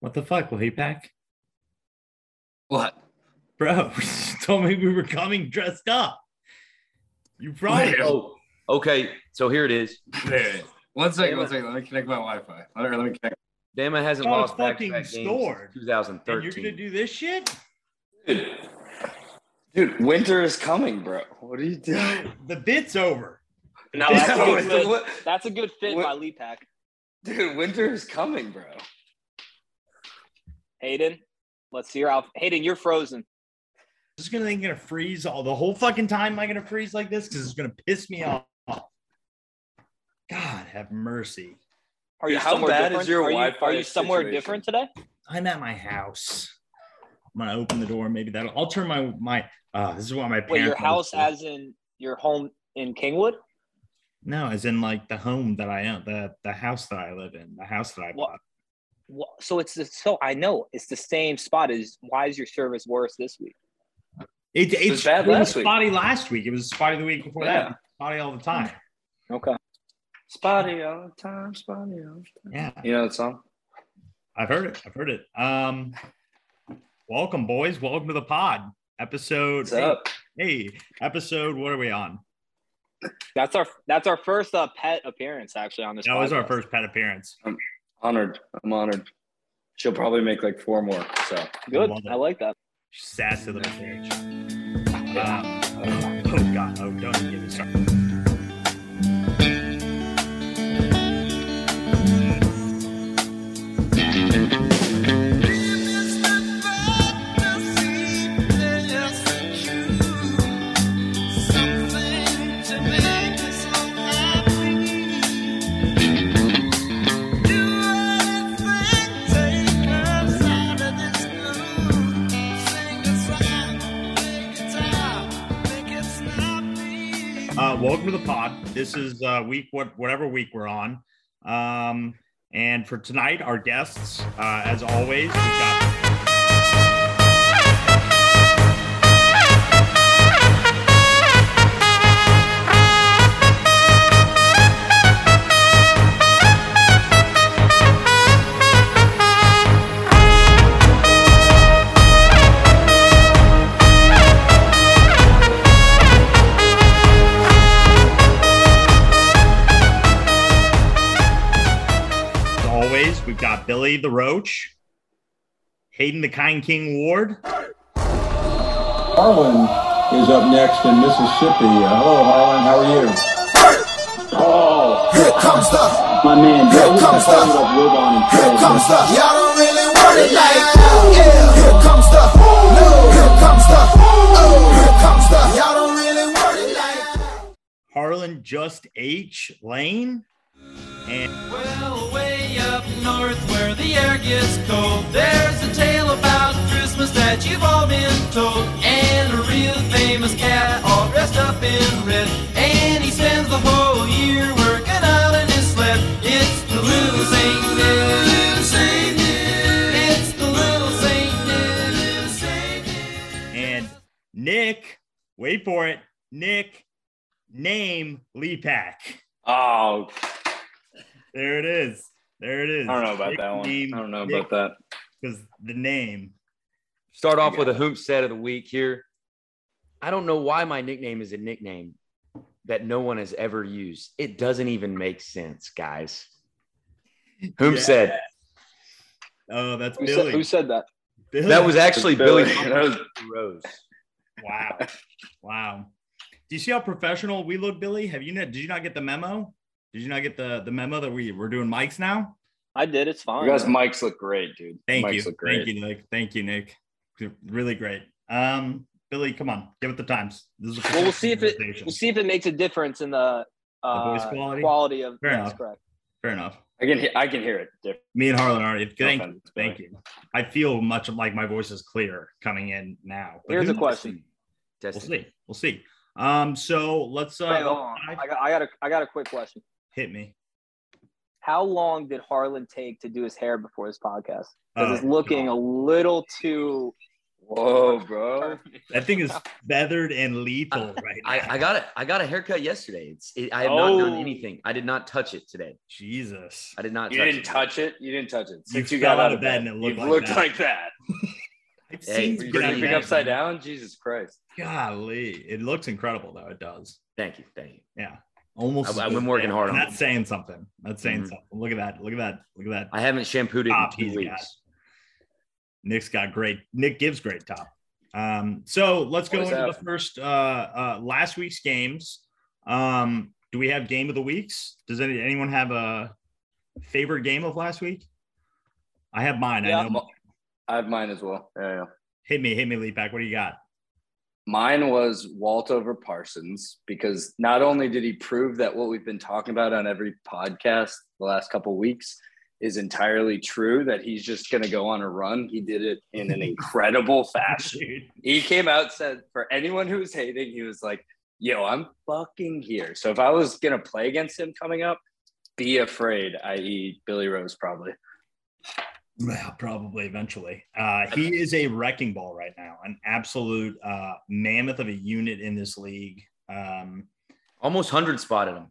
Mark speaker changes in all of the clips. Speaker 1: What the fuck? Will he pack?
Speaker 2: What?
Speaker 1: Bro, you told me we were coming dressed up. You promised.
Speaker 2: Where?
Speaker 3: Oh, okay. So here it is.
Speaker 2: There. One second,
Speaker 3: Damn
Speaker 2: one
Speaker 3: it.
Speaker 2: second. Let me connect my Wi-Fi. Let me, let me connect.
Speaker 3: Bama hasn't
Speaker 1: Oh,
Speaker 3: lost back
Speaker 1: fucking
Speaker 3: to back games
Speaker 1: stored.
Speaker 3: since 2013.
Speaker 1: And you're gonna do this shit?
Speaker 2: Dude. Dude, winter is coming, bro. What are you doing?
Speaker 1: The bit's over.
Speaker 4: Now that's
Speaker 2: Yeah,
Speaker 4: a good
Speaker 2: with the
Speaker 4: fit.
Speaker 2: wi-
Speaker 4: That's a good fit
Speaker 2: What-
Speaker 4: by Lee Pack.
Speaker 2: Dude, winter is coming, bro.
Speaker 4: Hayden, let's see your outfit. Hayden, you're frozen.
Speaker 1: Just gonna think I'm gonna freeze all the whole fucking time. Am I gonna freeze like this? Because it's gonna piss me off. God have mercy.
Speaker 4: Are
Speaker 2: Dude,
Speaker 4: you
Speaker 2: how
Speaker 4: somewhere
Speaker 2: bad
Speaker 4: different?
Speaker 2: is your
Speaker 4: are you,
Speaker 2: Wi-Fi
Speaker 4: Are you somewhere
Speaker 2: situation?
Speaker 4: different today?
Speaker 1: I'm at my house. I'm gonna open the door. Maybe that'll. I'll turn my my. Uh, this is why my parents.
Speaker 4: Wait, your house
Speaker 1: as
Speaker 4: as in your home in Kingwood?
Speaker 1: no, as in like the home that I own, the the house that I live in, the house that I
Speaker 4: What?
Speaker 1: bought.
Speaker 4: Wha- So it's the, so I know it's the same spot. Is why is your service worse this week?
Speaker 1: It, it's
Speaker 2: was bad
Speaker 1: it was
Speaker 2: last week.
Speaker 1: spotty last week. It was spotty the week before
Speaker 2: Yeah.
Speaker 1: that. Spotty all the time.
Speaker 4: Okay.
Speaker 2: Spotty all the time, spotty all the time.
Speaker 1: Yeah,
Speaker 2: You know that song?
Speaker 1: I've heard it. I've heard it. Um, welcome boys. Welcome to the pod episode.
Speaker 2: What's up?
Speaker 1: Hey, episode. What are we on?
Speaker 4: That's our that's our first uh, pet appearance actually on this.
Speaker 1: That was our
Speaker 4: podcast.
Speaker 1: first pet appearance.
Speaker 2: Honored. I'm honored. She'll probably make like four more. So
Speaker 4: Good.
Speaker 1: Love it.
Speaker 4: I like that.
Speaker 1: Sassy little bitch.
Speaker 2: Mm-hmm.
Speaker 1: Um, oh god. Oh, don't even get me started. Uh, welcome to the pod. This is uh, week what whatever week we're on. Um, and for tonight, our guests, uh, as always, we've got as always, we've got Billy the Roach, Hayden the Kind King Ward,
Speaker 5: Harlan is up next in Mississippi. Uh, hello, Harlan. How are you? Oh,
Speaker 6: Here comes the,
Speaker 5: my man.
Speaker 6: Here
Speaker 5: That was
Speaker 6: comes
Speaker 5: a
Speaker 6: the-
Speaker 5: photo of Woodbine and
Speaker 6: here
Speaker 5: Trail.
Speaker 6: comes the. Y'all don't really want it like that. Yeah. Here comes the, no. Here comes the, oh. Here comes the. Y'all don't really want it like that.
Speaker 1: Harlan Just H Lane, and
Speaker 7: Well, way up north where the air gets cold, there's a tale about Christmas that you've all been told. And a real famous cat, all dressed up in red, and he spends the whole year working out in his sled. It's the little Saint Nick. It's the little Saint Nick.
Speaker 1: and Nick. Wait for it, Nick. Name Lee Pack.
Speaker 2: Oh,
Speaker 1: There it is. There it
Speaker 2: I
Speaker 1: is.
Speaker 2: don't know about that one. I don't know about that.
Speaker 1: because the name.
Speaker 3: Start off with a hoop set of the week here. I don't know why my nickname is a nickname that no one has ever used. It doesn't even make sense, guys. Hoop
Speaker 1: Yeah.
Speaker 3: said
Speaker 1: Oh, that's
Speaker 4: Who
Speaker 1: Billy.
Speaker 4: said, who said that?
Speaker 1: Billy.
Speaker 3: that was actually Billy,
Speaker 2: Billy. That was-
Speaker 3: Rose.
Speaker 1: Wow. wow. Do you see how professional we look, Billy? Have you not, did you not get the memo? Did you not get the, the memo that we we're doing mics now?
Speaker 4: I did. It's fine.
Speaker 2: You guys' mics look great, dude.
Speaker 1: Thank
Speaker 2: mics
Speaker 1: you.
Speaker 2: Look great.
Speaker 1: Thank you, Nick. Thank you, Nick. Really great. Um, Billy, come on, give it the times. This is a
Speaker 4: Well, we'll see if it
Speaker 1: presentation.
Speaker 4: we'll see if it makes a difference in the, uh,
Speaker 1: voice quality?
Speaker 4: of
Speaker 1: Fair
Speaker 4: that's
Speaker 1: enough.
Speaker 4: correct.
Speaker 1: Fair enough.
Speaker 2: I can he- I can hear it. Diff-
Speaker 1: Me and Harlan already.
Speaker 2: no
Speaker 1: Thank,
Speaker 2: offense, Billy.
Speaker 1: thank you. I feel much like my voice is clear coming in now. but
Speaker 4: Here's
Speaker 1: who
Speaker 4: a
Speaker 1: knows?
Speaker 4: question.
Speaker 1: We'll
Speaker 3: Testing.
Speaker 1: see. We'll see. Um, so let's
Speaker 4: Wait, hold
Speaker 1: uh,
Speaker 4: on. I got I got a I got a quick question.
Speaker 1: hit me.
Speaker 4: How long did Harlan take to do his hair before his podcast? Because
Speaker 1: Oh,
Speaker 4: it's looking
Speaker 1: God.
Speaker 4: a little too
Speaker 2: Whoa, bro.
Speaker 1: That thing is feathered and lethal right now.
Speaker 3: I, I got it. I got a haircut yesterday. It's it, I have not done
Speaker 2: Oh.
Speaker 3: anything. I did not touch it today.
Speaker 1: Jesus.
Speaker 3: I did not.
Speaker 2: You
Speaker 3: touch
Speaker 2: didn't
Speaker 3: it.
Speaker 2: touch it. You didn't touch it. Since
Speaker 1: You
Speaker 2: you,
Speaker 1: fell
Speaker 2: got out of bed,
Speaker 1: and it looked
Speaker 2: you
Speaker 1: like
Speaker 2: looked
Speaker 1: that.
Speaker 2: like that.
Speaker 1: I've seen
Speaker 3: Hey,
Speaker 2: Were you
Speaker 1: you get out of
Speaker 2: sleeping
Speaker 1: bed,
Speaker 2: upside
Speaker 1: man.
Speaker 2: down? Jesus Christ.
Speaker 1: Golly, it looks incredible though. It does.
Speaker 3: Thank you. Thank you.
Speaker 1: Yeah, almost.
Speaker 3: I- I've been working hard on
Speaker 1: That's
Speaker 3: it.
Speaker 1: saying something. That's saying
Speaker 3: Mhm.
Speaker 1: something. Look at that. Look at that. Look at that.
Speaker 3: I haven't shampooed it
Speaker 2: Ah,
Speaker 1: Top
Speaker 3: in
Speaker 1: he's
Speaker 3: two
Speaker 1: got.
Speaker 3: weeks.
Speaker 1: Nick's got great. Nick gives great top. Um, so let's go
Speaker 2: Always
Speaker 1: into
Speaker 2: have.
Speaker 1: the first uh, uh, last week's games. Um, do we have game of the weeks? Does any, anyone have a favorite game of last week? I have mine. I
Speaker 4: Yeah.
Speaker 1: know.
Speaker 2: I have mine as well. Yeah, yeah.
Speaker 1: Hit me, hit me, leap back. What do you got?
Speaker 2: Mine was Walt over Parsons because not only did he prove that what we've been talking about on every podcast the last couple weeks is entirely true, that he's just going to go on a run. He did it in an incredible fashion.
Speaker 1: Dude,
Speaker 2: He came out said for anyone who was hating, he was like, "Yo, I'm fucking here." So if I was going to play against him coming up, be afraid, i.e., Billy Rose probably.
Speaker 1: well, probably eventually. Uh, he is a wrecking ball right now, an absolute uh, mammoth of a unit in this league. Um,
Speaker 3: Almost hundred spotted him.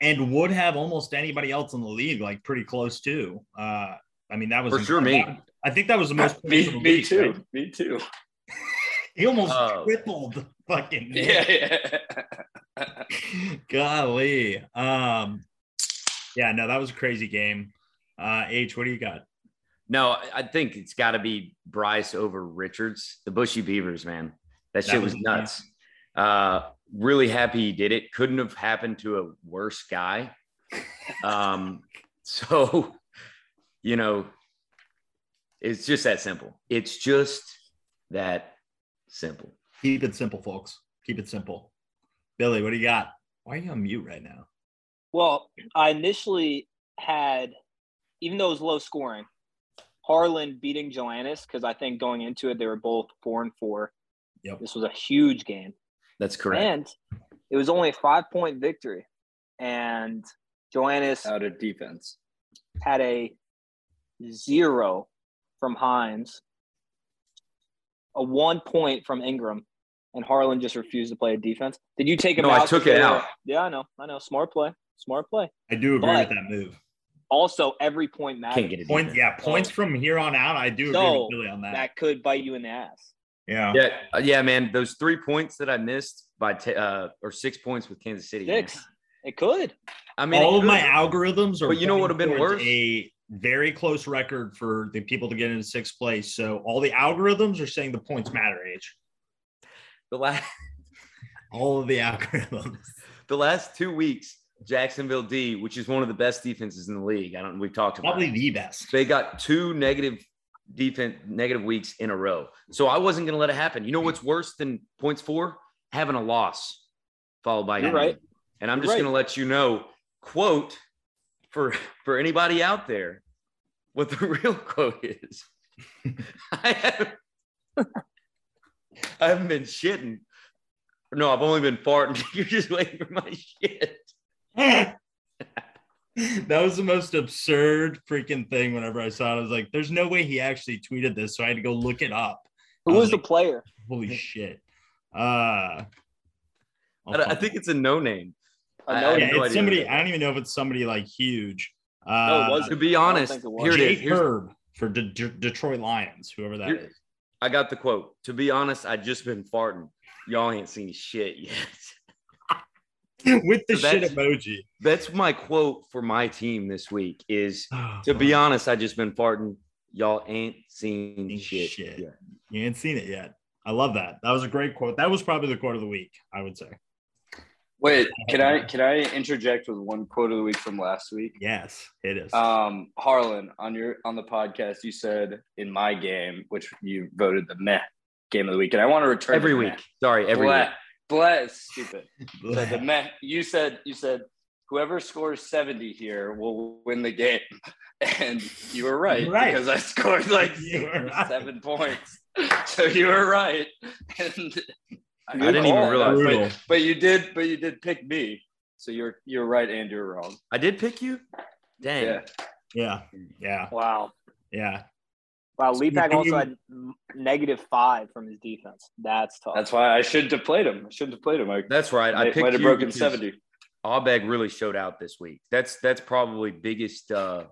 Speaker 1: and would have almost anybody else in the league like pretty close to. Uh, I mean, that was
Speaker 3: For sure me.
Speaker 1: I think that was the most.
Speaker 2: me, me too. Me too.
Speaker 1: He almost
Speaker 3: Oh.
Speaker 1: tripled fucking.
Speaker 2: Yeah, yeah.
Speaker 1: Golly. Um. Yeah. No, that was a crazy game. Uh, H, what do you got?
Speaker 3: No, I- I think it's got to be Bryce over Richards, the Bushy Beavers, man. That,
Speaker 1: That
Speaker 3: shit was
Speaker 1: was-
Speaker 3: nuts. Uh, really happy he did it. Couldn't have happened to a worse guy. Um, so, you know, it's just that simple. It's just that simple.
Speaker 1: Keep it simple, folks. Keep it simple. Billy, what do you got? Why are you on mute right now?
Speaker 4: Well, I initially had, even though it was low scoring, Harlan beating Joannis because I think going into it they were both four and four.
Speaker 1: Yep.
Speaker 4: This was a huge game,
Speaker 3: That's correct.
Speaker 4: and it was only a five point victory. And Joannis
Speaker 2: Out of defense.
Speaker 4: had a zero from Hines, a one point from Ingram, and Harlan just refused to play defense. Did you take him
Speaker 3: No, I
Speaker 4: out?
Speaker 3: took it out.
Speaker 4: Yeah, I know. I know. Smart play. Smart play.
Speaker 1: I do agree
Speaker 4: But-
Speaker 1: with that move.
Speaker 4: Also, every point matters.
Speaker 3: Can't get it.
Speaker 1: Point,
Speaker 3: either.
Speaker 1: yeah, points from here on out. I do agree
Speaker 4: So,
Speaker 1: with Billy on that.
Speaker 4: That could bite you in the ass.
Speaker 1: yeah.
Speaker 3: Yeah, uh, yeah, man. Those three points that I missed by t- uh, or six points with Kansas City. man.
Speaker 4: Six. It could.
Speaker 3: I mean,
Speaker 1: all
Speaker 3: it
Speaker 1: of my
Speaker 3: could-
Speaker 1: algorithms are.
Speaker 3: But you know what
Speaker 1: pointing
Speaker 3: would've been
Speaker 1: towards
Speaker 3: worse?
Speaker 1: A very close record for the people to get into sixth place. So all the algorithms are saying the points matter. Age.
Speaker 3: the last
Speaker 1: All of the algorithms.
Speaker 3: the last two weeks, Jacksonville D, which is one of the best defenses in the league. I don't. We've talked about.
Speaker 1: Probably
Speaker 3: it.
Speaker 1: the best.
Speaker 3: They got two negative defense negative weeks in a row. So I wasn't going to let it happen. You know what's worse than points for having a loss followed by
Speaker 4: You're
Speaker 3: an
Speaker 4: right.
Speaker 3: win. And I'm
Speaker 4: You're
Speaker 3: just
Speaker 4: right.
Speaker 3: going to let you know, quote for for anybody out there, what the real quote is. I haven't, I haven't been shitting. No, I've only been farting. You're just waiting for my shit.
Speaker 1: that was the most absurd freaking thing. Whenever I saw it, I was like, "There's no way he actually tweeted this." So I had to go look it up.
Speaker 4: Who
Speaker 2: Um,
Speaker 1: I
Speaker 4: was
Speaker 1: was
Speaker 4: the
Speaker 1: like-
Speaker 4: player?
Speaker 1: Holy shit! Uh,
Speaker 3: I, don't- I think it's a no name.
Speaker 4: I
Speaker 3: I-
Speaker 4: know
Speaker 1: yeah,
Speaker 3: I-
Speaker 4: it-
Speaker 3: no idea
Speaker 1: it's
Speaker 3: who
Speaker 1: somebody.
Speaker 3: that
Speaker 1: I don't even know if it's somebody like huge. Uh,
Speaker 4: No, it wasn't.
Speaker 3: To be
Speaker 4: I don't
Speaker 3: honest,
Speaker 4: think it was.
Speaker 3: here it is.
Speaker 1: Jake
Speaker 3: Here's-
Speaker 1: Herb for De- De- Detroit Lions, whoever that is.
Speaker 3: Here- I got the quote. To be honest, I just been farting. Y'all ain't seen shit yet.
Speaker 1: with the
Speaker 3: So
Speaker 1: shit
Speaker 3: that's-
Speaker 1: emoji.
Speaker 3: That's my quote for my team this week is to be
Speaker 1: Uh-huh.
Speaker 3: honest, I just been farting. Y'all ain't seen
Speaker 1: Seen
Speaker 3: shit.
Speaker 1: shit.
Speaker 3: yet."
Speaker 1: you ain't seen it yet. I love that. That was a great quote. That was probably the quote of the week, I would say.
Speaker 2: Wait, can I can I interject with one quote of the week from last week?
Speaker 1: Yes, it is.
Speaker 3: Uh,
Speaker 2: Um, Harlan, on your on the podcast, you said in my game, which you voted the meh game of the week, and I want to return
Speaker 3: Every
Speaker 2: to
Speaker 3: week.
Speaker 2: Meh.
Speaker 3: Sorry, every
Speaker 2: Bleh.
Speaker 3: week.
Speaker 2: Bleh is stupid. So the meh. You said you said whoever scores seventy here will win the game, and you were right,
Speaker 1: You're right.
Speaker 2: because I scored like
Speaker 1: You were right.
Speaker 2: seven points. So you were right. And
Speaker 3: I didn't even
Speaker 2: call.
Speaker 3: realize.
Speaker 2: But-
Speaker 1: Brutal.
Speaker 2: but you did but you did pick me so you're you're right and you're wrong
Speaker 3: I did pick you. Dang.
Speaker 2: yeah
Speaker 1: Yeah, yeah,
Speaker 4: Wow.
Speaker 1: yeah.
Speaker 4: Wow, Leapak also
Speaker 1: Continue.
Speaker 4: had m- negative five from his defense. That's tough.
Speaker 2: That's why I shouldn't have played him. I shouldn't have played him. I
Speaker 3: That's right. I
Speaker 2: might,
Speaker 3: picked
Speaker 2: might have
Speaker 3: you
Speaker 2: broken
Speaker 3: because
Speaker 2: seventy.
Speaker 3: Abeg really showed out this week. That's that's probably biggest uh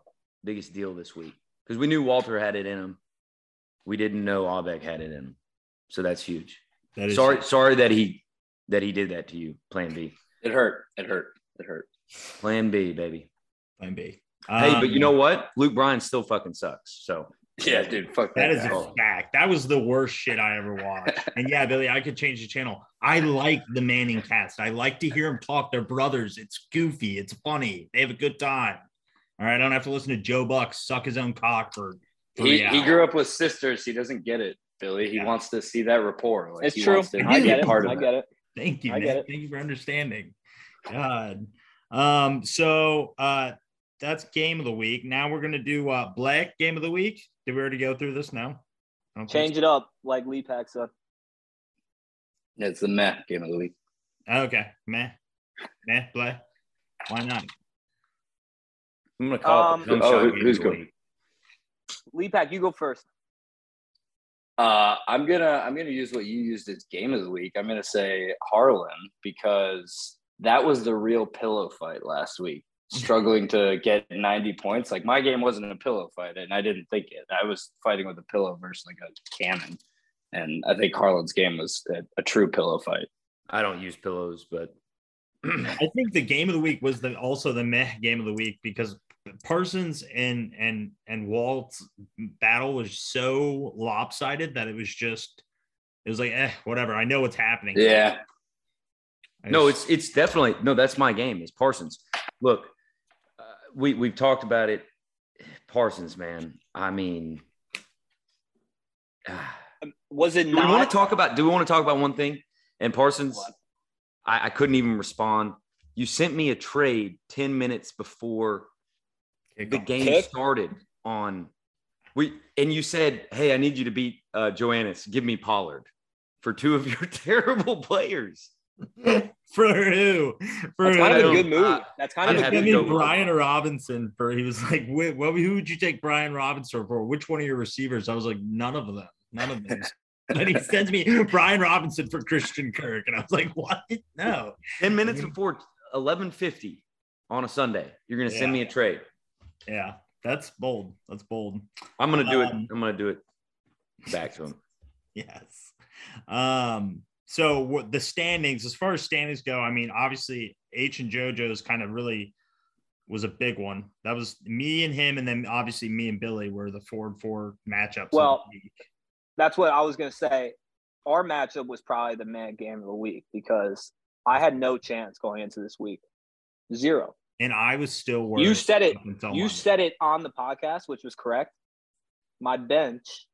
Speaker 3: biggest deal this week because we knew Walter had it in him. We didn't know Abeg had it in him, so that's huge.
Speaker 1: That is
Speaker 3: sorry, sorry that he that he did that to you. Plan B,
Speaker 2: It hurt. It hurt. It hurt.
Speaker 3: Plan B, baby.
Speaker 1: plan B.
Speaker 3: hey,
Speaker 1: Um,
Speaker 3: but you know what? Luke Bryan still fucking sucks. So
Speaker 2: Yeah, dude. Fuck that.
Speaker 1: That is
Speaker 2: guy.
Speaker 1: a fact. That was the worst shit I ever watched. And yeah, Billy, I could change the channel. I like the Manning cast. I like to hear them talk. They're brothers. It's goofy. It's funny. They have a good time. All right. I don't have to listen to Joe Buck suck his own cock for three
Speaker 2: he, he
Speaker 1: hours.
Speaker 2: grew up with sisters. He doesn't get it, Billy. He
Speaker 1: Yeah.
Speaker 2: wants to see that rapport. Like,
Speaker 4: it's
Speaker 2: he
Speaker 4: true.
Speaker 2: wants to
Speaker 4: I
Speaker 2: be
Speaker 4: get
Speaker 2: a
Speaker 4: it.
Speaker 2: Part of
Speaker 4: I
Speaker 2: that.
Speaker 4: get it.
Speaker 1: Thank you,
Speaker 4: I
Speaker 1: man.
Speaker 4: get it.
Speaker 1: Thank you for understanding. God. Um, so uh that's game of the week. Now we're gonna do uh black game of the week. Did we already go through this now? I don't think
Speaker 4: Change it up like Leapak said.
Speaker 2: It's the meh game of the week.
Speaker 1: so. Okay, meh, meh, black. Why not?
Speaker 3: I'm gonna call
Speaker 4: Um,
Speaker 3: it the cum
Speaker 2: Oh,
Speaker 3: shot
Speaker 2: who-
Speaker 3: game
Speaker 2: who's
Speaker 3: of the
Speaker 2: going?
Speaker 3: week.
Speaker 4: Leapak, you go first.
Speaker 2: Uh, I'm gonna I'm gonna use what you used as game of the week. I'm gonna say Harlan because that was the real pillow fight last week. Struggling to get 90 points. Like my game wasn't a pillow fight, and I didn't think it. I was fighting with a pillow versus like a cannon, and I think Harlan's game was a, a true pillow fight.
Speaker 3: I don't use pillows, but
Speaker 1: I think the game of the week was the also the meh game of the week because Parsons and and and Walt's battle was so lopsided that it was just it was like eh whatever I know what's happening
Speaker 2: Yeah,
Speaker 1: I
Speaker 3: No,
Speaker 1: just-
Speaker 3: it's it's definitely no. That's my game is Parsons. Look, uh, we we've talked about it. Parsons, man. I mean, ah.
Speaker 4: Was it
Speaker 3: do we want
Speaker 4: not?
Speaker 3: to talk about? Do we want to talk about one thing? And Parsons, I, I couldn't even respond. You sent me a trade ten minutes before the game
Speaker 4: Kick?
Speaker 3: started on we and you said hey i need you to beat uh joannis give me pollard for two of your terrible players
Speaker 1: for who for
Speaker 4: That's
Speaker 1: who?
Speaker 4: kind of a
Speaker 3: I
Speaker 4: good
Speaker 3: don't-
Speaker 4: move.
Speaker 3: I-
Speaker 4: That's
Speaker 1: I
Speaker 4: kind
Speaker 3: I'm
Speaker 1: was
Speaker 4: of a good
Speaker 3: happy to
Speaker 1: giving
Speaker 3: go
Speaker 4: move.
Speaker 3: with
Speaker 1: Brian Robinson for he was like, "Wh- "What? Who would you take Brian Robinson for? Which one of your receivers?" I was like, "None of them. None of them." and he sends me Brian Robinson for Christian Kirk, and I was like, "What? No."
Speaker 3: 10 minutes
Speaker 1: Mhm.
Speaker 3: before 11.50 on a sunday you're gonna send me a trade
Speaker 1: Yeah, that's bold. That's bold.
Speaker 3: i'm gonna do it
Speaker 1: Um,
Speaker 3: i'm gonna do it back to him
Speaker 1: Yes. Um, so what the standings, as far as standings go, I mean, obviously H and JoJo's kind of really was a big one. That was me and him, and then obviously me and Billy were the four and four matchups. of the
Speaker 4: Well,
Speaker 1: week.
Speaker 4: That's what I was gonna say. Our matchup was probably the man game of the week because I had no chance going into this week. Zero.
Speaker 1: and I was still worse.
Speaker 4: You said it.
Speaker 1: up until
Speaker 4: You
Speaker 1: Monday.
Speaker 4: said it on the podcast, which was correct. My bench.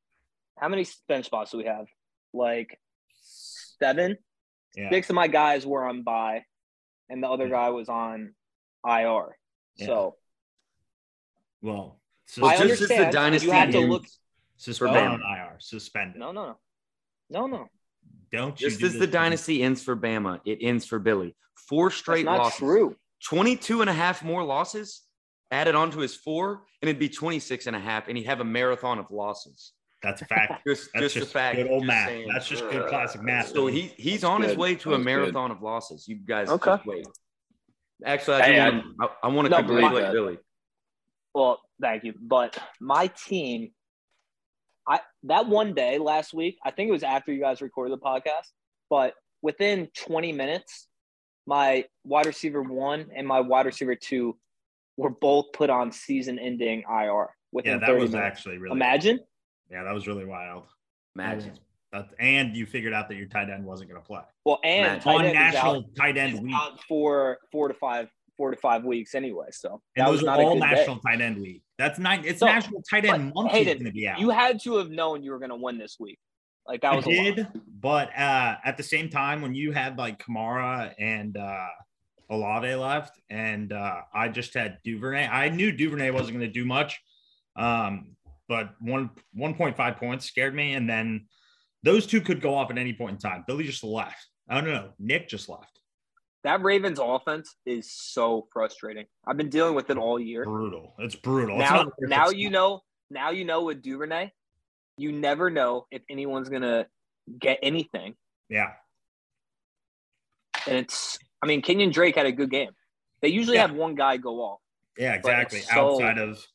Speaker 4: How many bench spots do we have? Like seven.
Speaker 1: Yeah.
Speaker 4: Six of my guys were on bye, and the other
Speaker 1: Yeah.
Speaker 4: guy was on IR.
Speaker 1: Yeah.
Speaker 4: So
Speaker 1: Well, sus-
Speaker 3: Well,
Speaker 4: I
Speaker 3: just as the
Speaker 4: understand. but
Speaker 3: dynasty
Speaker 4: you have to
Speaker 3: dude-
Speaker 4: look.
Speaker 1: suspend
Speaker 3: Bam.
Speaker 1: IR. Suspend.
Speaker 4: No, no, no, no, no.
Speaker 1: Don't you
Speaker 3: just
Speaker 1: do
Speaker 3: as the
Speaker 1: this to me.
Speaker 3: dynasty ends for bama it ends for billy four
Speaker 4: That's
Speaker 3: straight
Speaker 4: not
Speaker 3: losses
Speaker 4: true.
Speaker 3: 22 and a half more losses added onto his four and it'd be 26 and a half and he'd have a marathon of losses
Speaker 1: That's a fact.
Speaker 3: just
Speaker 1: That's
Speaker 3: just,
Speaker 1: just
Speaker 3: a fact
Speaker 1: good old
Speaker 3: Just
Speaker 1: math.
Speaker 3: saying.
Speaker 1: That's just good classic math.
Speaker 3: So he he's on his
Speaker 2: good.
Speaker 3: way to
Speaker 2: That
Speaker 3: a
Speaker 2: was
Speaker 3: marathon of losses. You guys,
Speaker 4: Okay.
Speaker 3: just wait. Actually, I, do
Speaker 2: Hey, I-
Speaker 3: want, I, I want to
Speaker 4: No,
Speaker 3: congratulate
Speaker 2: but-
Speaker 3: Billy.
Speaker 4: Well, thank you. But my team, I that one day last week, I think it was after you guys recorded the podcast, but within 20 minutes, my wide receiver one and my wide receiver two were both put on season ending IR within
Speaker 1: yeah, that
Speaker 4: 30
Speaker 1: was
Speaker 4: minutes.
Speaker 1: actually really.
Speaker 4: Imagine.
Speaker 1: Yeah, that was really wild.
Speaker 3: Magic.
Speaker 1: That, and you figured out that your tight end wasn't going to play
Speaker 4: Well, and
Speaker 3: Imagine.
Speaker 4: tight
Speaker 1: on
Speaker 4: end is
Speaker 1: national
Speaker 4: out-
Speaker 1: tight
Speaker 4: is
Speaker 1: end week.
Speaker 4: out for four to five, four to five weeks anyway. So
Speaker 1: And
Speaker 4: that
Speaker 1: those
Speaker 4: was
Speaker 1: are
Speaker 4: not a
Speaker 1: all
Speaker 4: good day.
Speaker 1: national tight end week. That's nine. It's
Speaker 4: No,
Speaker 1: national tight end
Speaker 4: but
Speaker 1: month. is
Speaker 4: Hayden,
Speaker 1: going to be out.
Speaker 4: You had to have known you were going to win this week. Like that
Speaker 1: I
Speaker 4: was a lot.
Speaker 1: did, but uh, at the same time, when you had like Kamara and uh, Olave left, and uh, I just had Duvernay, I knew Duvernay wasn't going to do much, um, but one one point five points scared me, and then those two could go off at any point in time. Billy just left. Oh no, no, Nick just left.
Speaker 4: That Ravens offense is so frustrating. I've been dealing with it all year.
Speaker 1: Brutal. It's brutal. It's
Speaker 4: Now,
Speaker 1: not-
Speaker 4: now you know. Now you know with Duvernay, You never know if anyone's gonna get anything.
Speaker 1: Yeah.
Speaker 4: And it's I mean, Kenyon Drake had a good game. They usually
Speaker 1: Yeah.
Speaker 4: have one guy go off.
Speaker 1: Yeah,
Speaker 4: But it's
Speaker 1: exactly.
Speaker 4: so-
Speaker 1: Outside of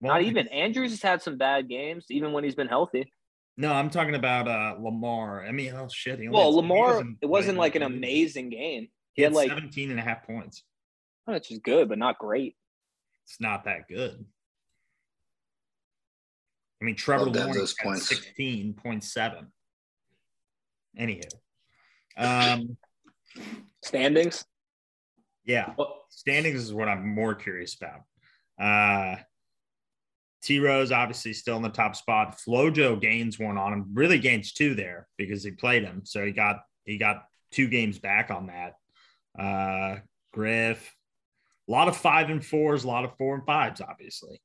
Speaker 1: well,
Speaker 4: Not even Andrews has had some bad games, even when he's been healthy.
Speaker 1: No, I'm talking about uh Lamar. I mean, oh shit. he only
Speaker 4: Well,
Speaker 1: had- he
Speaker 4: Lamar,
Speaker 1: wasn't
Speaker 4: it wasn't
Speaker 1: great.
Speaker 4: like an
Speaker 1: He was-
Speaker 4: amazing game.
Speaker 1: He had
Speaker 4: like-
Speaker 1: 17 and a half points.
Speaker 4: Oh, It's just good, but not great.
Speaker 1: It's not that good. I mean, Trevor
Speaker 2: Love to have
Speaker 1: Lawrence
Speaker 2: those
Speaker 1: had
Speaker 2: points.
Speaker 1: 16.7. Anywho. Um,
Speaker 4: Standings.
Speaker 1: yeah. Standings is what I'm more curious about. Uh T Rose obviously still in the top spot. Flojo gains one on him, really gains two there because he played him. So he got he got two games back on that. Uh Griff. A lot of five and fours, a lot of four and fives, obviously.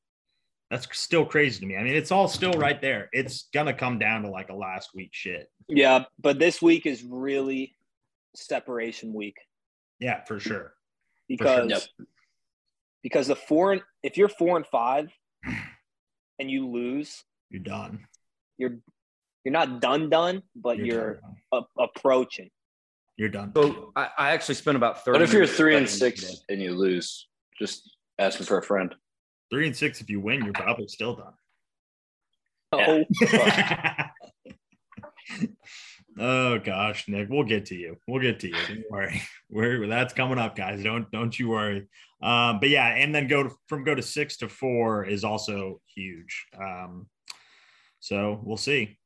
Speaker 1: That's still crazy to me. I mean, it's all still right there. It's gonna come down to like a last week shit.
Speaker 4: Yeah, but this week is really separation week
Speaker 1: Yeah, for sure.
Speaker 4: because
Speaker 2: Yep.
Speaker 4: because the four and if you're four and five and you lose,
Speaker 1: You're done.
Speaker 4: you're not done done, but you're,
Speaker 1: done.
Speaker 4: a- approaching.
Speaker 1: You're done.
Speaker 3: So I, I actually spent about thirty.
Speaker 2: What if you're
Speaker 3: minutes
Speaker 2: three and
Speaker 3: studying
Speaker 2: six
Speaker 3: today.
Speaker 2: and you lose? Just asking for a friend.
Speaker 1: Three and six. If you win, you're probably still done.
Speaker 4: Oh,
Speaker 1: oh gosh, Nick, we'll get to you. We'll get to you. Don't worry. We're that's coming up, guys. Don't don't you worry. Um, but yeah, and then go to, from go to six to four is also huge. Um, so we'll see.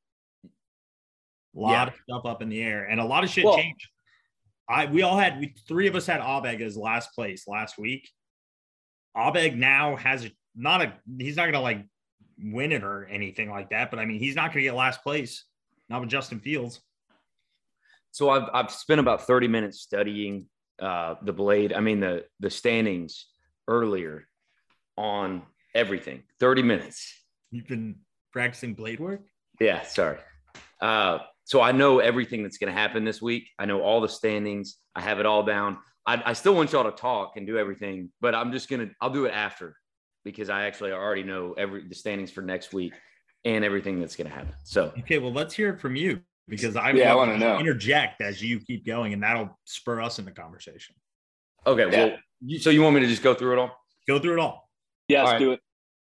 Speaker 1: A lot of stuff up in the air, and a lot of shit
Speaker 4: Well-
Speaker 1: changed. I we all had we three of us had Abeg as last place last week. Abeg now has a, not a he's not gonna like win it or anything like that, but I mean he's not gonna get last place. Not with Justin Fields.
Speaker 3: So I've I've spent about thirty minutes studying uh, the blade. I mean the the standings earlier on everything. Thirty minutes.
Speaker 1: You've been practicing blade work.
Speaker 3: Yeah, sorry. Uh, so I know everything that's going to happen this week. I know all the standings. I have it all down. I, I still want y'all to talk and do everything, but I'm just gonna. I'll do it after because I actually already know every the standings for next week and everything that's going to happen. So
Speaker 1: Okay, well let's hear it from you because I
Speaker 2: Yeah, I
Speaker 1: will
Speaker 2: wanna know.
Speaker 1: interject as you keep going, and that'll spur us in the conversation.
Speaker 3: okay,
Speaker 2: Yeah.
Speaker 3: well, you, so you want me to just go through it all?
Speaker 1: Go through it all.
Speaker 4: yes,
Speaker 3: All right.
Speaker 4: do it.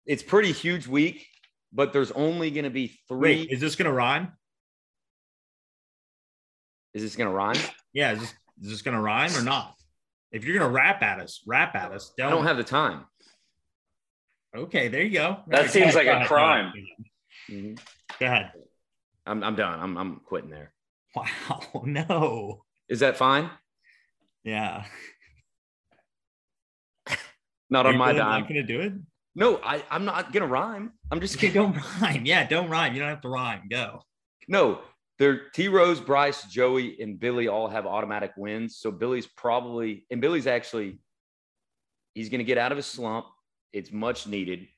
Speaker 3: It's pretty huge week, but there's only going to be three.
Speaker 1: Wait, is this gonna rhyme?
Speaker 3: is this going to rhyme?
Speaker 1: Yeah, is this, is this gonna rhyme or not? If you're gonna rap at us, rap at us.
Speaker 3: I don't have the time.
Speaker 1: Okay, there you go.
Speaker 2: That
Speaker 1: Right,
Speaker 2: seems
Speaker 1: go
Speaker 2: like a
Speaker 1: ahead, go
Speaker 2: crime.
Speaker 1: ahead. Go ahead.
Speaker 3: Mm-hmm. I'm, I'm done. I'm, I'm quitting there.
Speaker 1: Wow, no.
Speaker 3: Is that fine?
Speaker 1: Yeah.
Speaker 3: Not
Speaker 1: Are
Speaker 3: on
Speaker 1: you
Speaker 3: my
Speaker 1: really
Speaker 3: dime.
Speaker 1: not gonna do it?
Speaker 3: No, I, I'm not gonna rhyme. I'm just
Speaker 1: Okay,
Speaker 3: kidding.
Speaker 1: don't rhyme. Yeah, don't rhyme. You don't have to rhyme. Go.
Speaker 3: No, they're T Rose, Bryce, Joey, and Billy all have automatic wins. So Billy's probably and Billy's actually he's gonna get out of his slump. It's much needed.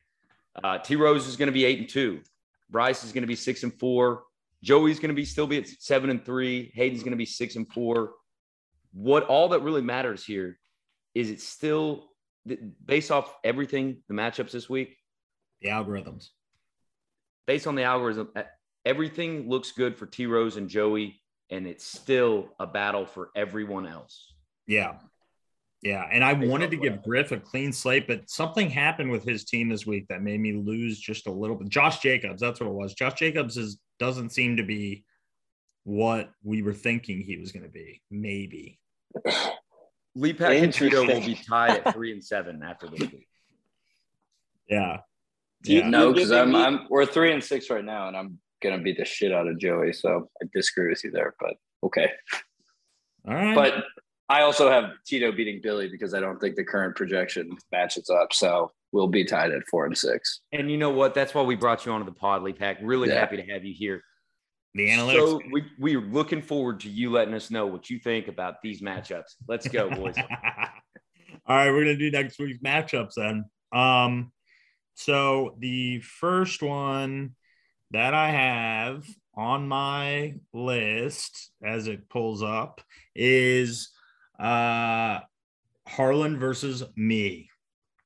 Speaker 3: Uh, T Rose is gonna be eight and two. Bryce is gonna be six and four. Joey's gonna be still be at seven and three. Hayden's gonna be six and four. What all that really matters here is it's still th- based off everything the matchups this week.
Speaker 1: The algorithms.
Speaker 3: based on the algorithm, e- everything looks good for T Rose and Joey, and it's still a battle for everyone else.
Speaker 1: Yeah. Yeah. And I
Speaker 3: Based
Speaker 1: wanted
Speaker 3: off
Speaker 1: to
Speaker 3: what
Speaker 1: give
Speaker 3: happened.
Speaker 1: Griff a clean slate, but something happened with his team this week that made me lose just a little bit. Josh Jacobs, that's what it was. Josh Jacobs is doesn't seem to be what we were thinking he was gonna be, maybe.
Speaker 3: Lee Pack and Tito will
Speaker 4: Interesting.
Speaker 3: be tied at three and seven after this week.
Speaker 1: Yeah.
Speaker 4: You-
Speaker 1: Yeah.
Speaker 2: No,
Speaker 4: you're
Speaker 2: because
Speaker 4: giving
Speaker 2: I'm,
Speaker 4: me-
Speaker 2: I'm we're three and six right now, and I'm gonna beat the shit out of Joey. So I disagree with you there, but okay.
Speaker 1: All right.
Speaker 2: But I also have Tito beating Billy because I don't think the current projection matches up. So we'll be tied at four and six.
Speaker 3: And you know what? That's why we brought you onto the pod, Lee Pack. Really
Speaker 2: Yeah.
Speaker 3: happy to have you here.
Speaker 1: the analytics
Speaker 3: So we, we're looking forward to you letting us know what you think about these matchups. Let's go, boys.
Speaker 1: All right, we're gonna do next week's matchups then. Um, so the first one that I have on my list as it pulls up is uh Harlan versus me.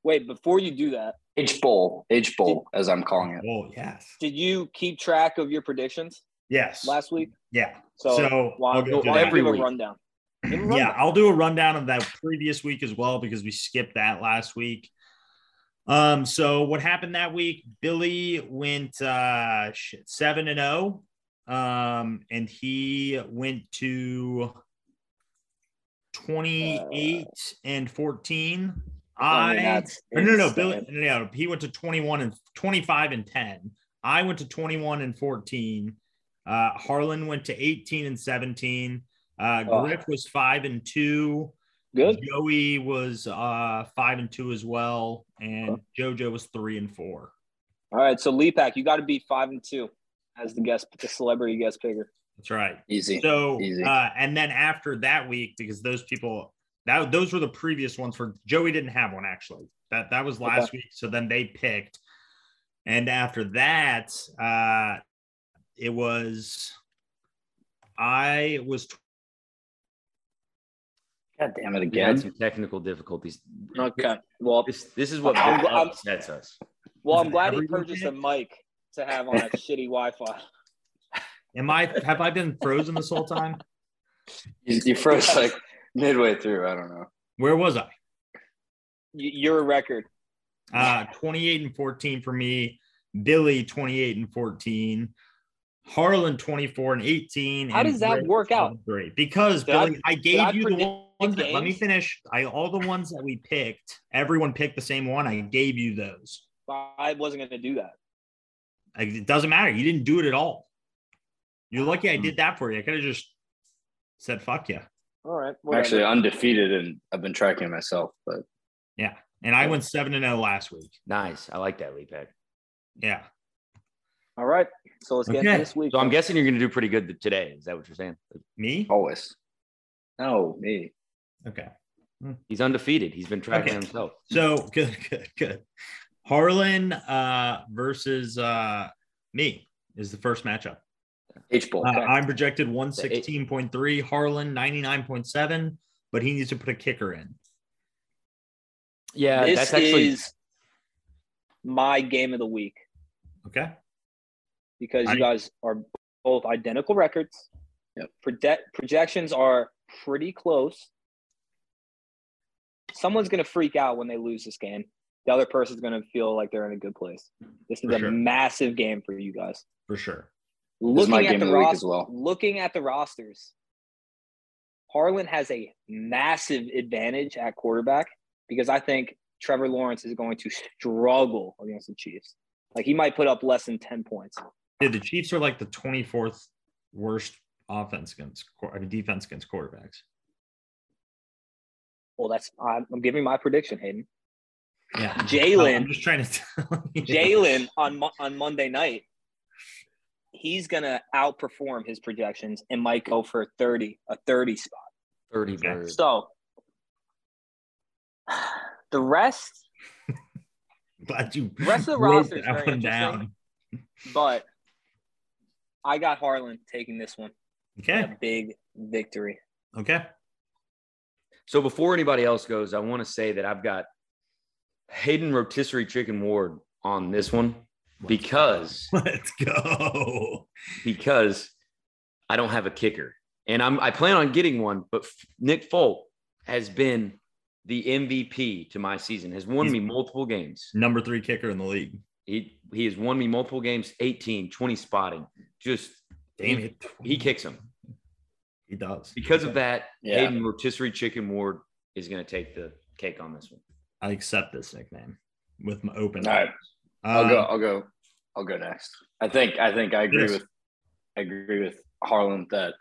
Speaker 4: Wait, before you do that,
Speaker 2: H Bowl, H Bowl, as I'm calling it.
Speaker 1: Oh yes,
Speaker 4: Did you keep track of your predictions
Speaker 1: yes,
Speaker 4: last week?
Speaker 1: yeah.
Speaker 4: So,
Speaker 1: So,
Speaker 4: why,
Speaker 1: I'll go do
Speaker 4: why don't you
Speaker 1: that.
Speaker 3: every
Speaker 4: give
Speaker 3: week.
Speaker 4: a rundown? Give a
Speaker 1: yeah,
Speaker 4: rundown.
Speaker 1: I'll do a rundown of that previous week as well because we skipped that last week. Um, so what happened that week? Billy went uh shit, seven and zero, um, and he went to twenty eight and fourteen. I,
Speaker 2: I mean, that's
Speaker 1: or no, no,
Speaker 2: insane.
Speaker 1: Billy, no, no, he went to 21 and 25 and 10. I went to 21 and 14. Uh, Harlan went to 18 and 17. Uh,
Speaker 2: Oh.
Speaker 1: Griff was five and two.
Speaker 4: Good.
Speaker 1: Joey was uh, five and two as well. And JoJo was three and four.
Speaker 4: All right. So Leapak, you got to be five and two as the guest, the celebrity guest picker.
Speaker 1: That's right.
Speaker 2: Easy.
Speaker 1: So,
Speaker 2: Easy.
Speaker 1: uh, and then after that week, because those people, that those were the previous ones for Joey didn't have one actually. That that was last week. So then they picked, and after that, uh, it was I was
Speaker 2: God damn it
Speaker 3: We had
Speaker 2: again.
Speaker 3: some technical difficulties.
Speaker 4: Okay. Well,
Speaker 3: This this is what
Speaker 4: I'm-
Speaker 3: Bob
Speaker 4: I'm-
Speaker 3: upsets us.
Speaker 4: well,
Speaker 1: Is
Speaker 4: I'm
Speaker 1: it
Speaker 4: glad he
Speaker 1: every
Speaker 4: purchased a
Speaker 1: weekend?
Speaker 4: mic to have on that shitty Wi-Fi.
Speaker 1: am I have I been frozen this whole time?
Speaker 2: You, you froze like midway through. I don't know.
Speaker 1: Where was I?
Speaker 4: Y- You're a record.
Speaker 1: Uh, 28 and 14 for me. Billy 28 and 14. Harlan 24 and 18.
Speaker 4: How
Speaker 1: and
Speaker 4: does that
Speaker 1: Rick
Speaker 4: work out?
Speaker 1: 23. Because
Speaker 4: Did I-
Speaker 1: Billy, I, gave
Speaker 4: I
Speaker 1: you
Speaker 4: predict
Speaker 1: the ones that let me
Speaker 4: games?
Speaker 1: finish. I all the ones that we picked, everyone picked the same one. I gave you those.
Speaker 4: I wasn't going to do that.
Speaker 1: Like, it doesn't matter. You didn't do it at all. You're lucky I
Speaker 4: Hmm.
Speaker 1: did that for you. I could have just said fuck you.
Speaker 4: All right.
Speaker 2: I'm
Speaker 4: whatever.
Speaker 2: actually undefeated and I've been tracking myself, but
Speaker 1: And I went seven and zero last week.
Speaker 3: Nice. I like that, Leapag.
Speaker 1: Yeah.
Speaker 4: All right. So let's get into
Speaker 1: Okay.
Speaker 4: this week.
Speaker 3: So I'm guessing you're going to do pretty good today. Is that what you're saying?
Speaker 1: Me?
Speaker 4: Oh.
Speaker 2: always. No, me.
Speaker 1: Okay.
Speaker 3: He's undefeated. He's been tracking
Speaker 1: Okay.
Speaker 3: himself.
Speaker 1: So good, good, good. Harlan uh, versus uh, me is the first matchup.
Speaker 2: H Bowl.
Speaker 1: Uh, I'm projected 116.3, Harlan 99.7, but he needs to put a kicker in.
Speaker 3: Yeah,
Speaker 4: this
Speaker 3: that's actually
Speaker 4: is my game of the week
Speaker 1: Okay.
Speaker 4: because
Speaker 1: I-
Speaker 4: you guys are both identical records.
Speaker 2: Yep.
Speaker 4: Prode- projections are pretty close. Someone's going to freak out when they lose this game. The other person's going to feel like they're in a good place. This is
Speaker 1: For
Speaker 4: a
Speaker 1: sure.
Speaker 4: massive game for you guys.
Speaker 1: For sure.
Speaker 2: This is my
Speaker 4: Looking at
Speaker 2: game
Speaker 4: the,
Speaker 2: of the week
Speaker 4: ros-
Speaker 2: as well.
Speaker 4: looking at the rosters, Harlan has a massive advantage at quarterback because I think Trevor Lawrence is going to struggle against the Chiefs. Like he might put up less than 10 points.
Speaker 1: Dude, the Chiefs are like the 24th worst offense against quar- I mean, defense against quarterbacks.
Speaker 4: Well, that's I'm, I'm giving my prediction, Hayden.
Speaker 1: Yeah. I'm
Speaker 4: Jalen,
Speaker 1: just trying to tell you.
Speaker 4: Jalen on Mo- on Monday night, he's gonna outperform his projections and might go for 30, a 30 spot.
Speaker 3: 30
Speaker 1: Okay.
Speaker 3: birds.
Speaker 4: So the rest
Speaker 1: Glad you
Speaker 4: Rest of the
Speaker 1: wrote
Speaker 4: roster is
Speaker 1: that
Speaker 4: very
Speaker 1: one
Speaker 4: interesting.
Speaker 1: down.
Speaker 4: but I got Harlan taking this one.
Speaker 1: Okay.
Speaker 4: A big victory.
Speaker 1: Okay.
Speaker 3: So before anybody else goes, I want to say that I've got Hayden Rotisserie Chicken Ward on this one because
Speaker 1: Let's go.
Speaker 3: because I don't have a kicker, and I'm I plan on getting one. But F- Nick Folk has been the MVP to my season. Has won
Speaker 1: He's-
Speaker 3: me multiple games.
Speaker 1: Number three kicker in the league.
Speaker 3: He he has won me multiple games. 18, 20 spotting. Just
Speaker 1: Damn
Speaker 3: he,
Speaker 1: it.
Speaker 3: he kicks him
Speaker 1: He does.
Speaker 3: because of that.
Speaker 2: Yeah.
Speaker 3: Hayden Rotisserie Chicken Ward is going to take the cake on this one.
Speaker 1: I accept this nickname with my open
Speaker 2: All right.
Speaker 1: arms.
Speaker 2: I'll go.
Speaker 1: Um,
Speaker 2: I'll go. I'll go next. I think. I think I agree
Speaker 1: Yes.
Speaker 2: with. I agree with Harlan that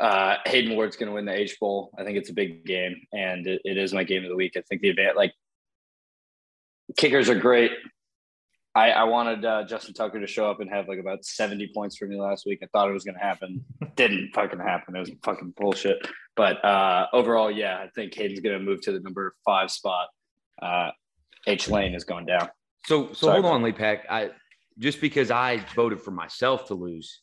Speaker 2: uh, Hayden Ward's going to win the H Bowl. I think it's a big game, and it, it is my game of the week. I think the event, like kickers, are great. I, I wanted uh, Justin Tucker to show up and have like about seventy points for me last week. I thought it was going to happen. Didn't fucking happen. It was fucking bullshit. But uh, overall, yeah, I think Hayden's going to move to the number five spot. Uh, H Lane is going down.
Speaker 3: So so
Speaker 2: Sorry,
Speaker 3: hold on, Lee Pack. I just because I voted for myself to lose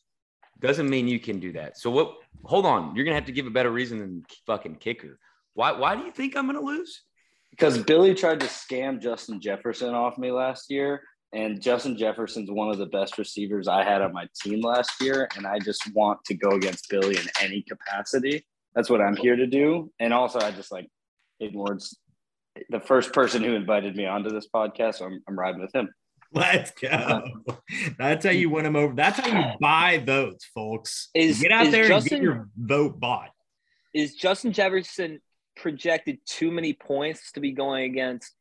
Speaker 3: doesn't mean you can do that. So what hold on, you're gonna have to give a better reason than fucking kicker. Why why do you think I'm gonna lose?
Speaker 2: because Billy tried to scam Justin Jefferson off me last year, and Justin Jefferson's one of the best receivers I had on my team last year, and I just want to go against Billy in any capacity. That's what I'm here to do. And also, I just like in words, the first person who invited me onto this podcast, so I'm, I'm riding with him.
Speaker 1: Let's go. That's how you win them over. That's how you buy votes, folks.
Speaker 4: Is-
Speaker 1: get out
Speaker 4: is
Speaker 1: there and
Speaker 4: Justin-
Speaker 1: get your vote bought.
Speaker 4: Is Justin Jefferson projected too many points to be going against,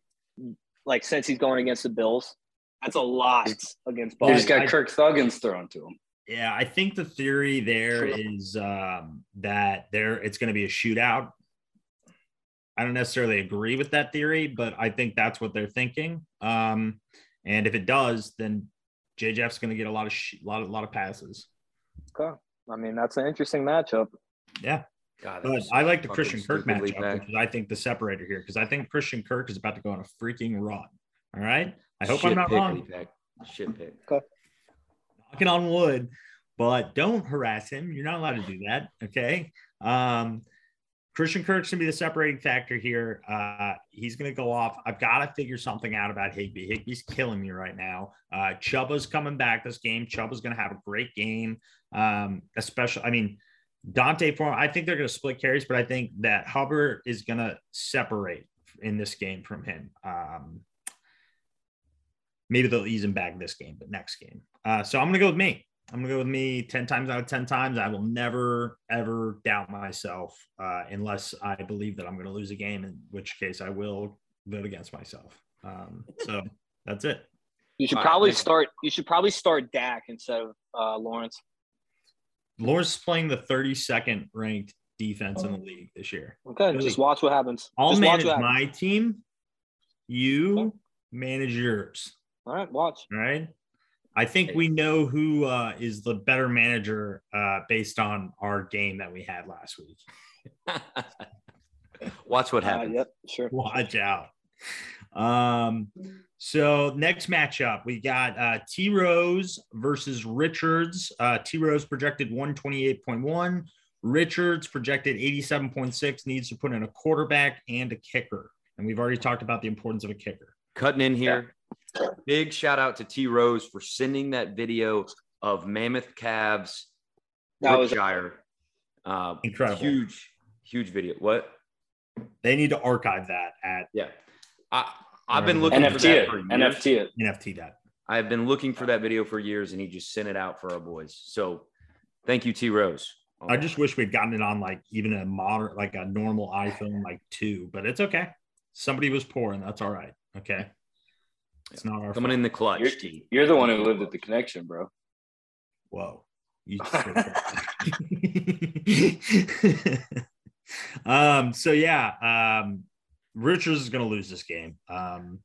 Speaker 4: like, since he's going against the Bills? That's a lot against
Speaker 2: He
Speaker 1: But
Speaker 2: just
Speaker 4: Buffalo.
Speaker 2: got
Speaker 1: I-
Speaker 2: Kirk Thuggins thrown to him.
Speaker 1: Yeah, I think the theory there
Speaker 4: Sure.
Speaker 1: is um, that there it's going to be a shootout. I don't necessarily agree with that theory, but I think that's what they're thinking. Um, and if it does, then J. Jeff's going to get a lot of sh- lot of lot of passes.
Speaker 4: I mean, that's an interesting matchup.
Speaker 3: God, that
Speaker 1: But
Speaker 3: was
Speaker 1: I like the
Speaker 3: fucking
Speaker 1: Christian Kirk
Speaker 3: stupid lead
Speaker 1: matchup,
Speaker 3: back.
Speaker 1: which is I think the separator here because I think Christian Kirk is about to go on a freaking run. All right, I hope
Speaker 3: Shit
Speaker 1: I'm not
Speaker 3: pick,
Speaker 1: wrong.
Speaker 3: lead back. Shit pick.
Speaker 1: knocking on wood, but don't harass him. You're not allowed to do that. Okay. Um, Christian Kirk's gonna be the separating factor here. Uh, he's gonna go off. I've got to figure something out about Higby. Higby's killing me right now. Uh, Chuba's coming back this game. Chuba's gonna have a great game. Um, especially, I mean, Dante form. I think they're gonna split carries, but I think that Hubbard is gonna separate in this game from him. Um, maybe they'll ease him back this game, but next game. Uh, so I'm gonna go with me. I'm gonna go with me ten times out of ten times. I will never ever doubt myself uh, unless I believe that I'm gonna lose a game, in which case I will vote against myself. Um, so that's it.
Speaker 4: You should
Speaker 3: All right,
Speaker 4: probably
Speaker 3: next-
Speaker 4: start. You should probably start Dak instead of uh, Lawrence.
Speaker 1: Lawrence is playing the 32nd ranked defense in the league this year.
Speaker 4: Okay,
Speaker 1: Really?
Speaker 4: just watch what happens.
Speaker 1: I'll
Speaker 4: Oh. just watch
Speaker 1: manage
Speaker 4: what happens.
Speaker 1: my team. You manage yours.
Speaker 4: All right, watch.
Speaker 1: All right. I think we know who uh, is the better manager uh, based on our game that we had last week.
Speaker 3: Watch what
Speaker 4: Uh,
Speaker 3: happens.
Speaker 4: yep, sure.
Speaker 1: Watch out. Um, so next matchup, we got uh, T Rose versus Richards. Uh, T Rose projected 128.1. Richards projected 87.6, needs to put in a quarterback and a kicker. And we've already talked about the importance of a kicker.
Speaker 3: Cutting in here. Big shout out to T Rose for sending that video of Mammoth Calves
Speaker 4: That was
Speaker 3: Berkshire. Uh,
Speaker 1: Incredible.
Speaker 3: Huge, huge video. What?
Speaker 1: They need to archive that at
Speaker 3: Yeah. I, I've been looking for
Speaker 2: NFT
Speaker 3: that
Speaker 2: it.
Speaker 3: for years.
Speaker 2: NFT it.
Speaker 1: NFT. That
Speaker 3: I've been looking for that video for years, and he just sent it out for our boys. So, thank you, T Rose.
Speaker 1: I just wish we'd gotten it on like even a modern, like a normal iPhone, like two, but it's okay. Somebody was poor, and that's all right. Okay. It's not our fault.
Speaker 3: coming in the clutch.
Speaker 2: You're,
Speaker 3: T.
Speaker 2: you're the one who lived at the connection, bro.
Speaker 1: Whoa. You um, so yeah, um, Richards is going to lose this game. Um,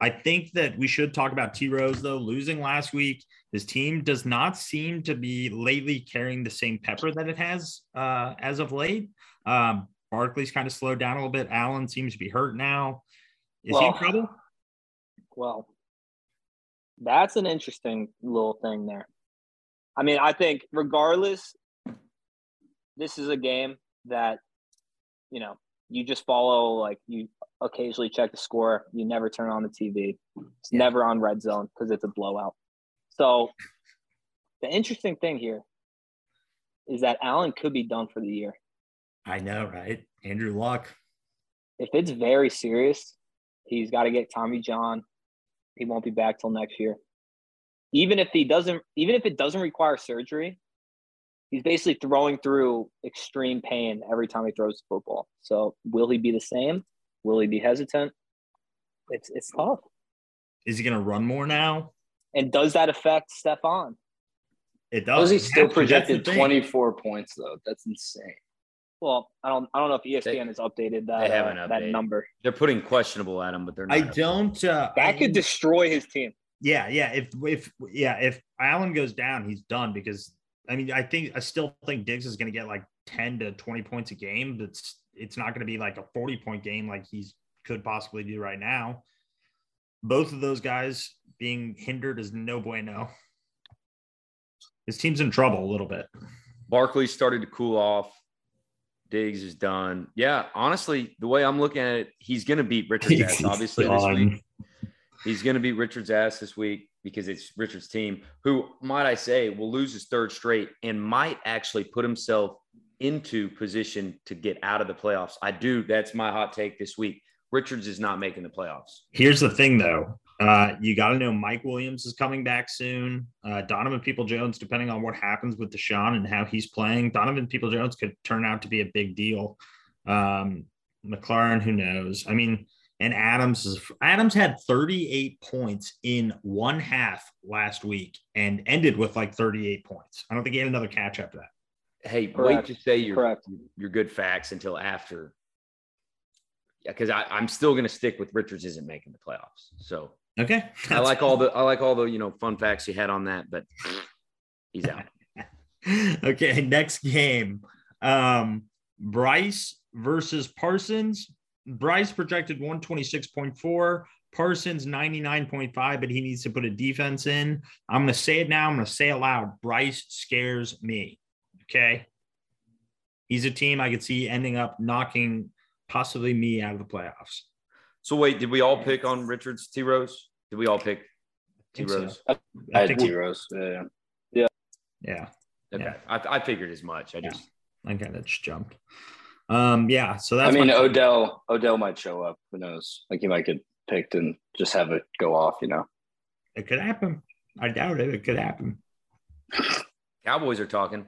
Speaker 1: I think that we should talk about T Rose though losing last week. His team does not seem to be lately carrying the same pepper that it has uh, as of late. Um, Barkley's kind of slowed down a little bit. Allen seems to be hurt now. Is he in
Speaker 4: Well,
Speaker 1: trouble?
Speaker 4: Well, that's an interesting little thing there. I mean, I think regardless, this is a game that, you know, you just follow, like, you occasionally check the score. You never turn on the TV. It's never on red zone because it's a blowout. So the interesting thing here is that Allen could be done for the year.
Speaker 1: I know, right? Andrew Luck.
Speaker 4: if it's very serious, he's got to get Tommy John. He won't be back till next year. Even if he doesn't, even if it doesn't require surgery, he's basically throwing through extreme pain every time he throws the football. So will he be the same? Will he be hesitant? It's it's tough.
Speaker 1: Is he going to run more now?
Speaker 4: And does that affect Stefan?
Speaker 1: It
Speaker 2: How
Speaker 1: does.
Speaker 2: is he
Speaker 1: It
Speaker 2: still
Speaker 1: has to. Oh, That's the
Speaker 2: projected
Speaker 1: thing.
Speaker 2: 24 points, though? That's insane.
Speaker 4: Well, I don't I don't know if E ESPN has updated that uh,
Speaker 3: haven't
Speaker 4: that
Speaker 3: updated.
Speaker 4: number.
Speaker 3: They're putting questionable at him, but they're not.
Speaker 1: I don't. Uh,
Speaker 4: That could
Speaker 1: I-
Speaker 4: destroy his team.
Speaker 1: Yeah, yeah. If if yeah, if Allen goes down, he's done because I mean, I think I still think Diggs is going to get like ten to twenty points a game. But it's it's not going to be like a forty point game like he's could possibly do right now. Both of those guys being hindered is no bueno. His team's in trouble a little bit.
Speaker 3: Barkley started to cool off. Diggs is done. Yeah, honestly, the way I'm looking at it, he's going to beat Richard's ass, obviously, this week. He's going to beat Richard's ass this week because it's Richard's team, who, might I say, will lose his third straight and might actually put himself into position to get out of the playoffs. I do. That's my hot take this week. Richards is not making the playoffs.
Speaker 1: Here's the thing, though. Uh, you got to know Mike Williams is coming back soon. Uh, Donovan People Jones, depending on what happens with Deshaun and how he's playing, Donovan People Jones could turn out to be a big deal. Um, McLaren, who knows? I mean, and Adams is Adams had 38 points in one half last week and ended with like 38 points. I don't think he had another catch after that.
Speaker 3: Hey, Correct. wait to say your Correct. your good facts until after. Because yeah, I'm still going to stick with Richards isn't making the playoffs. So
Speaker 1: Okay. That's
Speaker 3: I like all the I like all the you know fun facts you had on that, but he's out.
Speaker 1: okay, next game. Um Bryce versus Parsons. Bryce projected 126.4, Parsons 99.5, but he needs to put a defense in. I'm gonna say it now. I'm gonna say it loud. Bryce scares me. Okay. He's a team I could see ending up knocking possibly me out of the playoffs.
Speaker 3: So wait, did we all pick on Richards T Rose? Did we all pick T Rose?
Speaker 2: So. I, I T Rose.
Speaker 1: Yeah.
Speaker 2: Yeah.
Speaker 1: Yeah.
Speaker 3: Okay. Yeah. I, I, figured as much. I just
Speaker 1: yeah. I kind of just jumped. Um. Yeah. So that's.
Speaker 2: I mean, Odell. Point. Odell might show up. Who knows? Like he might get picked and just have it go off. You know.
Speaker 1: It could happen. I doubt it. It could happen.
Speaker 3: Cowboys are talking.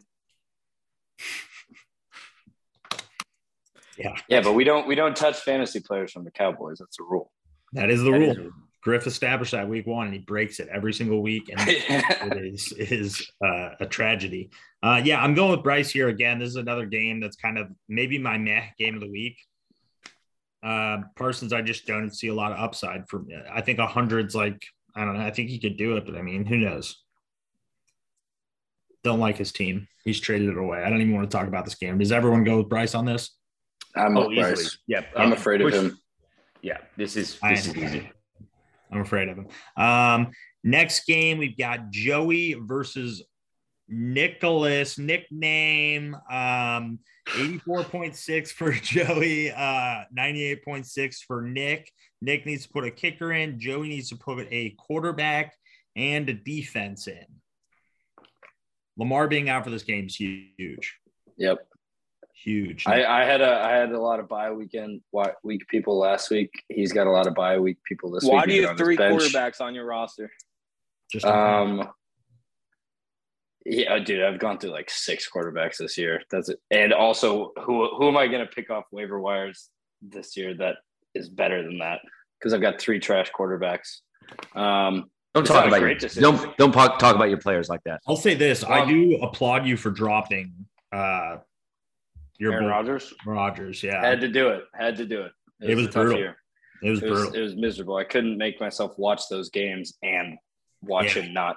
Speaker 1: Yeah.
Speaker 2: Yeah, but we don't we don't touch fantasy players from the Cowboys. That's a rule.
Speaker 1: That is the that rule. Is Griff established that week one, and he breaks it every single week, and it is it is uh, a tragedy. Uh, yeah, I'm going with Bryce here again. This is another game that's kind of maybe my meh game of the week. Uh, Parsons, I just don't see a lot of upside for. I think a hundred's like I don't know. I think he could do it, but I mean, who knows? Don't like his team. He's traded it away. I don't even want to talk about this game. Does everyone go with Bryce on this?
Speaker 2: I'm oh, Bryce. Easily.
Speaker 3: Yeah,
Speaker 2: I'm um, afraid of which, him.
Speaker 3: Yeah, this is this is easy.
Speaker 1: I'm afraid of him. Um, next game we've got Joey versus Nicholas. Nickname um, 84.6 for Joey, uh, 98.6 for Nick. Nick needs to put a kicker in. Joey needs to put a quarterback and a defense in. Lamar being out for this game is huge.
Speaker 2: Yep
Speaker 1: huge.
Speaker 2: I, I, had a I had a lot of bye weekend week people last week. He's got a lot of bye week people this
Speaker 4: Why
Speaker 2: week.
Speaker 4: Why do you have three quarterbacks on your roster?
Speaker 2: Just
Speaker 1: uh,
Speaker 2: um, yeah, uh, dude, I've gone through like six quarterbacks this year. That's it. And also, who who am I going to pick off waiver wires this year that is better than that? Because I've got three trash quarterbacks. Um,
Speaker 3: don't talk about your, don't don't talk, talk about your players like that.
Speaker 1: I'll say this: um, I do applaud you for dropping uh,
Speaker 2: your Aaron Rodgers.
Speaker 1: Rodgers, yeah.
Speaker 2: Had to do it. Had to do it.
Speaker 1: It, it was, was brutal. Year. It was
Speaker 2: it
Speaker 1: brutal.
Speaker 2: Was, it was miserable. I couldn't make myself watch those games and watch yeah. him not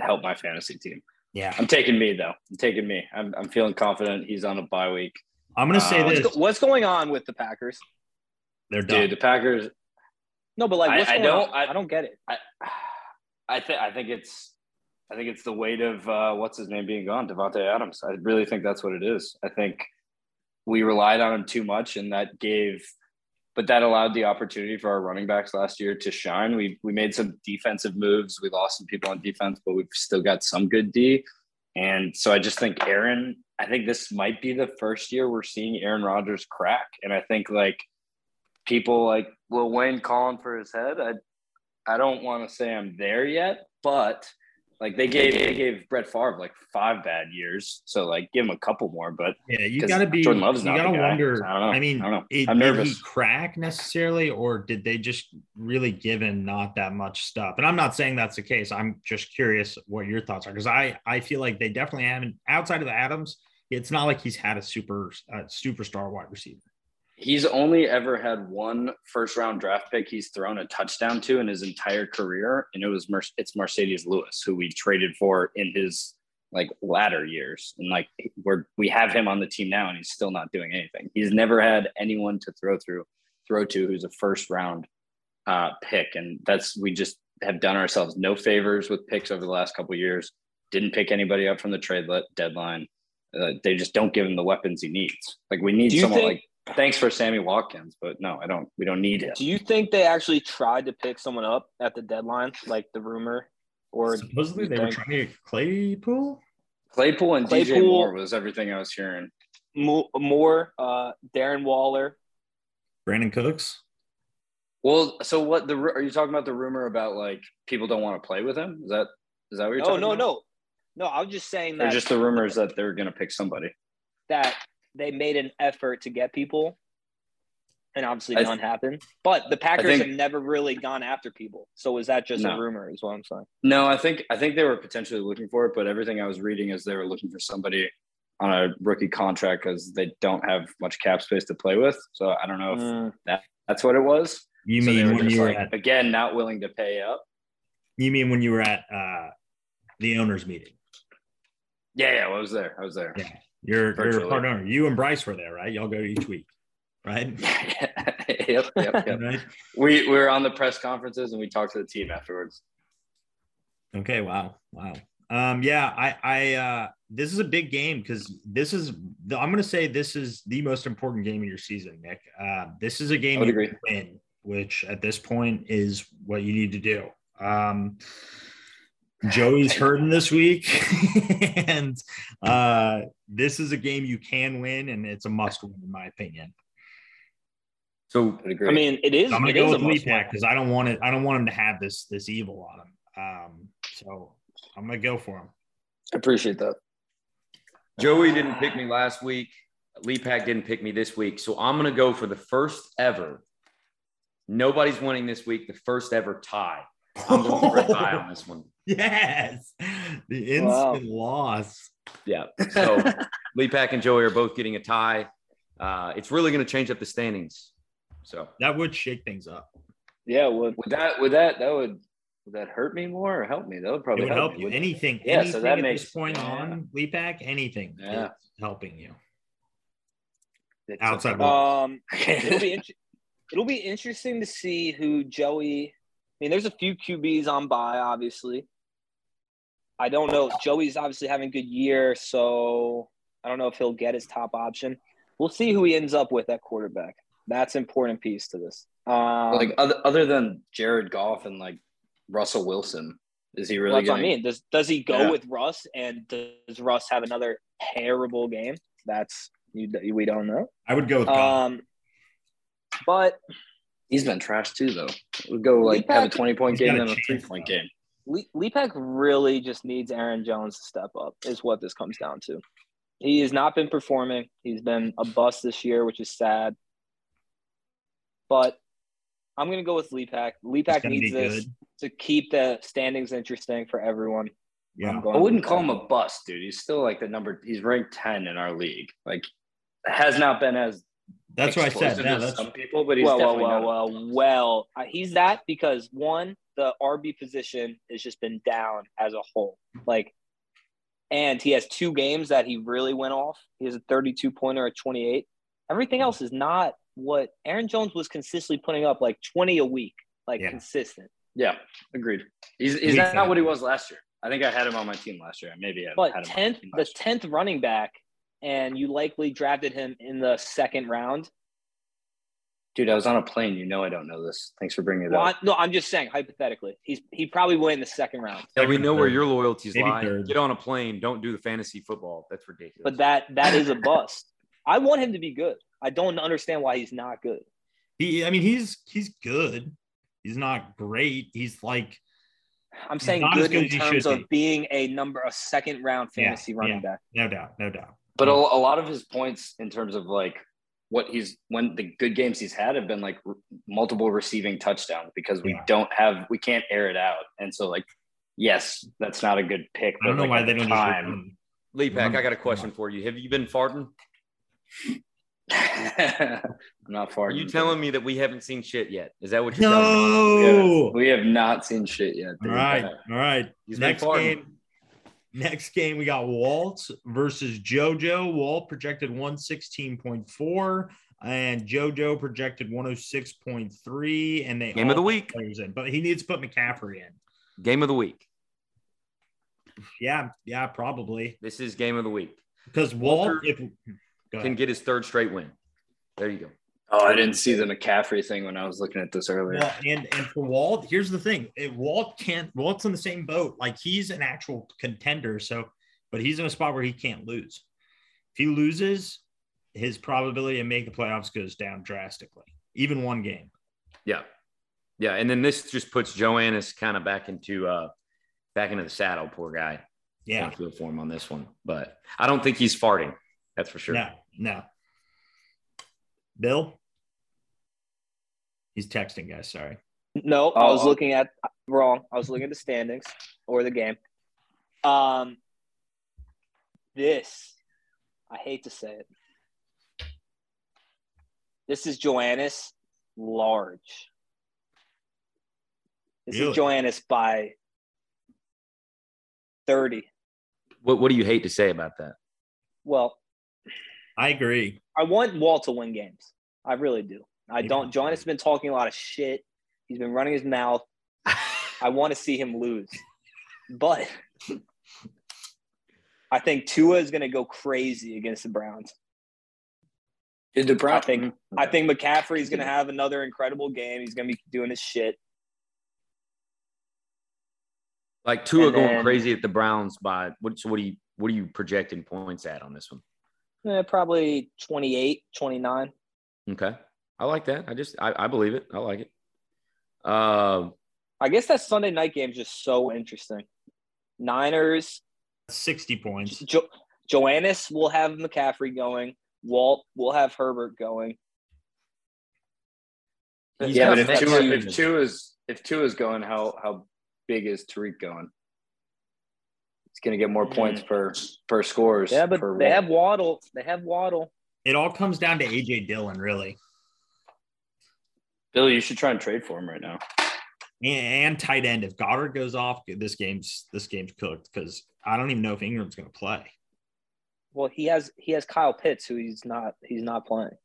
Speaker 2: help my fantasy team.
Speaker 1: Yeah,
Speaker 2: I'm taking me though. I'm taking me. I'm, I'm feeling confident. He's on a bye week.
Speaker 1: I'm gonna say uh,
Speaker 4: this. What's, what's, going on with the Packers?
Speaker 1: They're done.
Speaker 2: Dude, the Packers.
Speaker 4: No, but like, I, I, don't. I, I, don't get it.
Speaker 2: I, I think. I think it's I think it's the weight of uh, what's his name being gone, Devonte Adams. I really think that's what it is. I think we relied on him too much, and that gave, but that allowed the opportunity for our running backs last year to shine. We we made some defensive moves. We lost some people on defense, but we've still got some good D. And so I just think Aaron. I think this might be the first year we're seeing Aaron Rodgers crack, and I think like people like Will Wayne calling for his head. I I don't want to say I'm there yet, but. Like they gave they gave Brett Favre like five bad years, so like give him a couple more. But
Speaker 1: yeah, you gotta be. Jordan Love's you not gotta wonder. I, don't know, I mean, I don't it, did he crack necessarily, or did they just really give him not that much stuff? And I'm not saying that's the case. I'm just curious what your thoughts are because I I feel like they definitely haven't. Outside of Adams, it's not like he's had a super uh, superstar wide receiver.
Speaker 2: He's only ever had one first round draft pick he's thrown a touchdown to in his entire career, and it was Mer- it's Mercedes Lewis, who we traded for in his like latter years, and like we're we have him on the team now, and he's still not doing anything. He's never had anyone to throw through throw to who's a first round uh, pick, and that's we just have done ourselves no favors with picks over the last couple years. Didn't pick anybody up from the trade deadline Uh, they just don't give him the weapons he needs. Like we need
Speaker 4: Do you
Speaker 2: someone
Speaker 4: think-
Speaker 2: like thanks for Sammy Watkins, but no, I don't. We don't need him.
Speaker 4: Do you think they actually tried to pick someone up at the deadline, like the rumor? Or
Speaker 1: Supposedly
Speaker 4: you
Speaker 1: they were
Speaker 4: think-
Speaker 1: trying to get Claypool.
Speaker 2: Claypool and DJ
Speaker 4: Claypool-
Speaker 2: Moore was everything I was hearing.
Speaker 4: Mo- Moore, uh, Darren Waller.
Speaker 1: Brandon Cooks.
Speaker 2: Well, so what the ru- are you talking about? The rumor about like people don't want to play with him? Is that is that what you're
Speaker 4: No,
Speaker 2: talking
Speaker 4: no,
Speaker 2: about?
Speaker 4: no, no. I was just saying
Speaker 2: Or
Speaker 4: that
Speaker 2: just the rumors that they're going to pick somebody.
Speaker 4: that they made an effort to get people, and obviously
Speaker 2: I-
Speaker 4: none happened. But the Packers
Speaker 2: think-
Speaker 4: have never really gone after people, so is that just
Speaker 2: No.
Speaker 4: a rumor? Is what I'm saying.
Speaker 2: No, I think I think they were potentially looking for it, but everything I was reading is they were looking for somebody on a rookie contract because they don't have much cap space to play with. So I
Speaker 4: Oh,
Speaker 2: don't know if
Speaker 4: Mm.
Speaker 2: that's what it was.
Speaker 1: You
Speaker 2: So they
Speaker 1: mean
Speaker 2: were
Speaker 1: when
Speaker 2: just,
Speaker 1: you were
Speaker 2: like,
Speaker 1: at
Speaker 2: again not willing to pay up?
Speaker 1: you mean when you were at uh, the owners meeting?
Speaker 2: Yeah, yeah, I was there. I was there.
Speaker 1: Yeah. You're you're a
Speaker 2: Virtually.
Speaker 1: part owner. You and Bryce were there, right? Y'all go each week, right?
Speaker 2: yep, yep, yep.
Speaker 1: Right.
Speaker 2: we, we were on the press conferences and we talked to the team afterwards.
Speaker 1: Okay. Wow. Wow. Um, yeah. I. I. Uh, this is a big game because this is. the- I'm going to say this is the most important game of your season, Nick. Uh, this is a
Speaker 2: I
Speaker 1: game
Speaker 2: would
Speaker 1: you
Speaker 2: agree.
Speaker 1: win, which at this point is what you need to do. Um, Joey's hurting this week, and uh, this is a game you can win, and it's a must win in my opinion.
Speaker 3: So
Speaker 2: I would agree.
Speaker 4: I mean, it is-
Speaker 1: So I'm gonna
Speaker 4: it is
Speaker 1: go
Speaker 4: a
Speaker 1: with Lee
Speaker 4: must-win.
Speaker 1: Pack because I don't want it. I don't want him to have this this evil on him. Um, so I'm gonna go for him.
Speaker 2: I appreciate that.
Speaker 3: Joey didn't pick me last week. Lee Pack didn't pick me this week. So I'm going to go for the first ever. Nobody's winning this week. The first ever tie. I'm going for a tie on this one.
Speaker 1: Yes, the instant
Speaker 4: Wow.
Speaker 1: loss.
Speaker 3: Yeah. So Lee Pack and Joey are both getting a tie. Uh, it's really going to change up the standings. So
Speaker 1: That would shake things up.
Speaker 4: Yeah, it would.
Speaker 2: Would that would that that would would that hurt me more or help me? That would
Speaker 1: It
Speaker 2: probably
Speaker 1: would help
Speaker 2: me,
Speaker 1: you.
Speaker 2: wouldn't it?
Speaker 1: Anything,
Speaker 2: Yeah,
Speaker 1: anything
Speaker 2: so that
Speaker 1: at
Speaker 2: makes-
Speaker 1: this point
Speaker 2: yeah.
Speaker 1: on Lee Pack, anything
Speaker 2: Yeah.
Speaker 1: is helping you.
Speaker 2: It's
Speaker 1: Outside
Speaker 2: a-
Speaker 1: world.
Speaker 4: Um, it'll be int- it'll be interesting to see who Joey. I mean, there's a few QBs on by, obviously. I don't know. Joey's obviously having a good year, so I don't know if he'll get his top option. We'll see who he ends up with at quarterback. That's an important piece to this. Um,
Speaker 2: like other other than Jared Goff and like Russell Wilson, is he really?
Speaker 4: well, that's what I
Speaker 2: getting-
Speaker 4: mean. Does does he go
Speaker 2: Yeah.
Speaker 4: with Russ, and does Russ have another terrible game? That's you, we don't know.
Speaker 1: I would
Speaker 2: Oh, Uh,
Speaker 1: go with Goff.
Speaker 4: Um, but
Speaker 2: He's been trash too, though. We'll go like have a
Speaker 4: Lepak-
Speaker 2: twenty point
Speaker 1: He's
Speaker 2: game
Speaker 1: got a
Speaker 2: and then a
Speaker 1: chance,
Speaker 2: three point
Speaker 1: though.
Speaker 2: game.
Speaker 4: Le- Lepak really just needs Aaron Jones to step up, is what this comes down to. He has not been performing. He's been a bust this year, which is sad. But I'm going to go with Lepak.
Speaker 1: It's
Speaker 4: Lepak
Speaker 1: gonna be
Speaker 4: needs this
Speaker 1: good.
Speaker 4: to keep the standings interesting for everyone.
Speaker 1: Yeah.
Speaker 4: I'm going
Speaker 2: I wouldn't
Speaker 4: Lepak.
Speaker 2: call him a bust, dude. He's still like the number. He's ranked ten in our league. Like has not been as
Speaker 1: That's what I said.
Speaker 2: explosive
Speaker 1: Yeah,
Speaker 2: as
Speaker 1: that's
Speaker 2: some people, but he's
Speaker 4: well, well,
Speaker 2: definitely
Speaker 4: well,
Speaker 2: not.
Speaker 4: well, well. Uh, He's that because one, the RB position has just been down as a whole. Like, and he has two games that he really went off. He has a 32 pointer, a 28. Everything else is not what Aaron Jones was consistently putting up, like 20 a week, like
Speaker 1: Yeah.
Speaker 4: consistent.
Speaker 2: Yeah, agreed. He's, he's
Speaker 1: He's
Speaker 2: not,
Speaker 1: not.
Speaker 2: what he was last year. I think I had him on my team last year. I Maybe I
Speaker 4: But
Speaker 2: had him on my
Speaker 4: 10th,
Speaker 2: team
Speaker 4: the
Speaker 2: last year.
Speaker 4: 10th running back, and you likely drafted him in the second round.
Speaker 2: Dude, I was on a plane. You know I don't know this. Thanks for bringing it
Speaker 4: Well,
Speaker 2: up.
Speaker 4: I- no, I'm just saying hypothetically, he's he probably went in the second round.
Speaker 3: yeah, we
Speaker 1: Second,
Speaker 3: know where
Speaker 1: third.
Speaker 3: your loyalties
Speaker 1: Maybe
Speaker 3: lie.
Speaker 1: third.
Speaker 3: Get on a plane. Don't do the fantasy football. That's ridiculous.
Speaker 4: but that that is a bust. I want him to be good. I don't understand why he's not good.
Speaker 1: he. I mean, he's he's good. He's not great. He's like
Speaker 4: I'm
Speaker 1: He's
Speaker 4: saying
Speaker 1: not as
Speaker 4: good
Speaker 1: good
Speaker 4: in
Speaker 1: as he
Speaker 4: terms
Speaker 1: should
Speaker 4: of
Speaker 1: be.
Speaker 4: being a number a second round
Speaker 1: Yeah,
Speaker 4: fantasy running back.
Speaker 1: no doubt, no doubt.
Speaker 2: But a, a lot of his points in terms of like what he's when the good games he's had have been like r- multiple receiving touchdowns because we
Speaker 1: Yeah.
Speaker 2: don't have we can't air it out. And so like yes, that's not a good pick.
Speaker 1: I don't know
Speaker 2: but, like,
Speaker 1: why
Speaker 2: at
Speaker 1: they
Speaker 2: the
Speaker 1: don't
Speaker 2: time.
Speaker 3: Lee Pack, I got a question for you. Have you been farting?
Speaker 2: I'm not far.
Speaker 3: Are you telling me that we haven't seen shit yet? Is that what
Speaker 1: just.
Speaker 3: you're telling me?
Speaker 1: No.
Speaker 2: We have not seen shit yet.
Speaker 1: All
Speaker 2: dude.
Speaker 1: right. All right.
Speaker 3: He's been
Speaker 1: next
Speaker 3: farting.
Speaker 1: game. Next game, we got Walt versus JoJo. Walt projected 116.4 and JoJo projected 106.3. And they
Speaker 3: Game of
Speaker 1: all
Speaker 3: the week.
Speaker 1: put players in, but he needs to put McCaffrey in.
Speaker 3: Game of the week.
Speaker 1: Yeah, yeah, probably.
Speaker 3: This is game of the week.
Speaker 1: Because Walt
Speaker 3: Walter-
Speaker 1: if, go
Speaker 3: Can
Speaker 1: ahead.
Speaker 3: get his third straight win. There you go.
Speaker 2: Oh, I didn't see the McCaffrey thing when I was looking at this earlier.
Speaker 1: Well, and and for Walt, here's the thing: It- Walt can't. Walt's in the same boat. Like he's an actual contender. So, but he's in a spot where he can't lose. If he loses, his probability of making the playoffs goes down drastically. Even one game.
Speaker 3: Yeah. Yeah. And then this just puts Joannis kind of back into uh back into the saddle, poor guy.
Speaker 1: Yeah.
Speaker 3: I feel for him on this one. But I don't think he's farting. That's for sure.
Speaker 1: No. No. Bill. He's texting guys. Sorry.
Speaker 4: No, I was
Speaker 2: Oh.
Speaker 4: looking at wrong. I was looking at the standings or the game. Um, this, I hate to say it. This is Joannis large. This
Speaker 1: Really?
Speaker 4: is Joannis by thirty.
Speaker 3: What what do you hate to say about that?
Speaker 4: Well,
Speaker 1: I agree.
Speaker 4: I want Walt to win games. I really do. I
Speaker 1: Yeah.
Speaker 4: don't. Joannis has been talking a lot of shit. He's been running his mouth. I want to see him lose, but I think Tua is going to go crazy against the Browns.
Speaker 2: Did the
Speaker 4: I
Speaker 2: Brown
Speaker 4: think I think McCaffrey is going to have another incredible game. He's going to be doing his shit.
Speaker 3: Like Tua
Speaker 4: And
Speaker 3: going
Speaker 4: then-
Speaker 3: crazy at the Browns by what so what do you what are you projecting points at on this one?
Speaker 4: Eh, probably 28, 29.
Speaker 3: Okay. I like that. I just I, I believe it. I like it. Um
Speaker 4: I guess that Sunday night game is just so interesting. Niners,
Speaker 1: Sixty points.
Speaker 4: jo- Joannis will have McCaffrey going. Walt will have Herbert going.
Speaker 3: He's
Speaker 2: yeah,
Speaker 3: got
Speaker 2: but if
Speaker 3: that
Speaker 2: two,
Speaker 3: team.
Speaker 2: if two is if two is going, how how big is Tariq going? It's going to get more points per per scores.
Speaker 4: Yeah, but
Speaker 2: per
Speaker 4: they
Speaker 2: one.
Speaker 4: have Waddle. They have Waddle.
Speaker 1: It all comes down to AJ Dillon, really,
Speaker 2: Bill. You should try and trade for him right now.
Speaker 1: and, and tight end. If Goddard goes off, this game's this game's cooked because I don't even know if Ingram's going to play.
Speaker 4: Well, he has he has Kyle Pitts, who he's not he's not playing.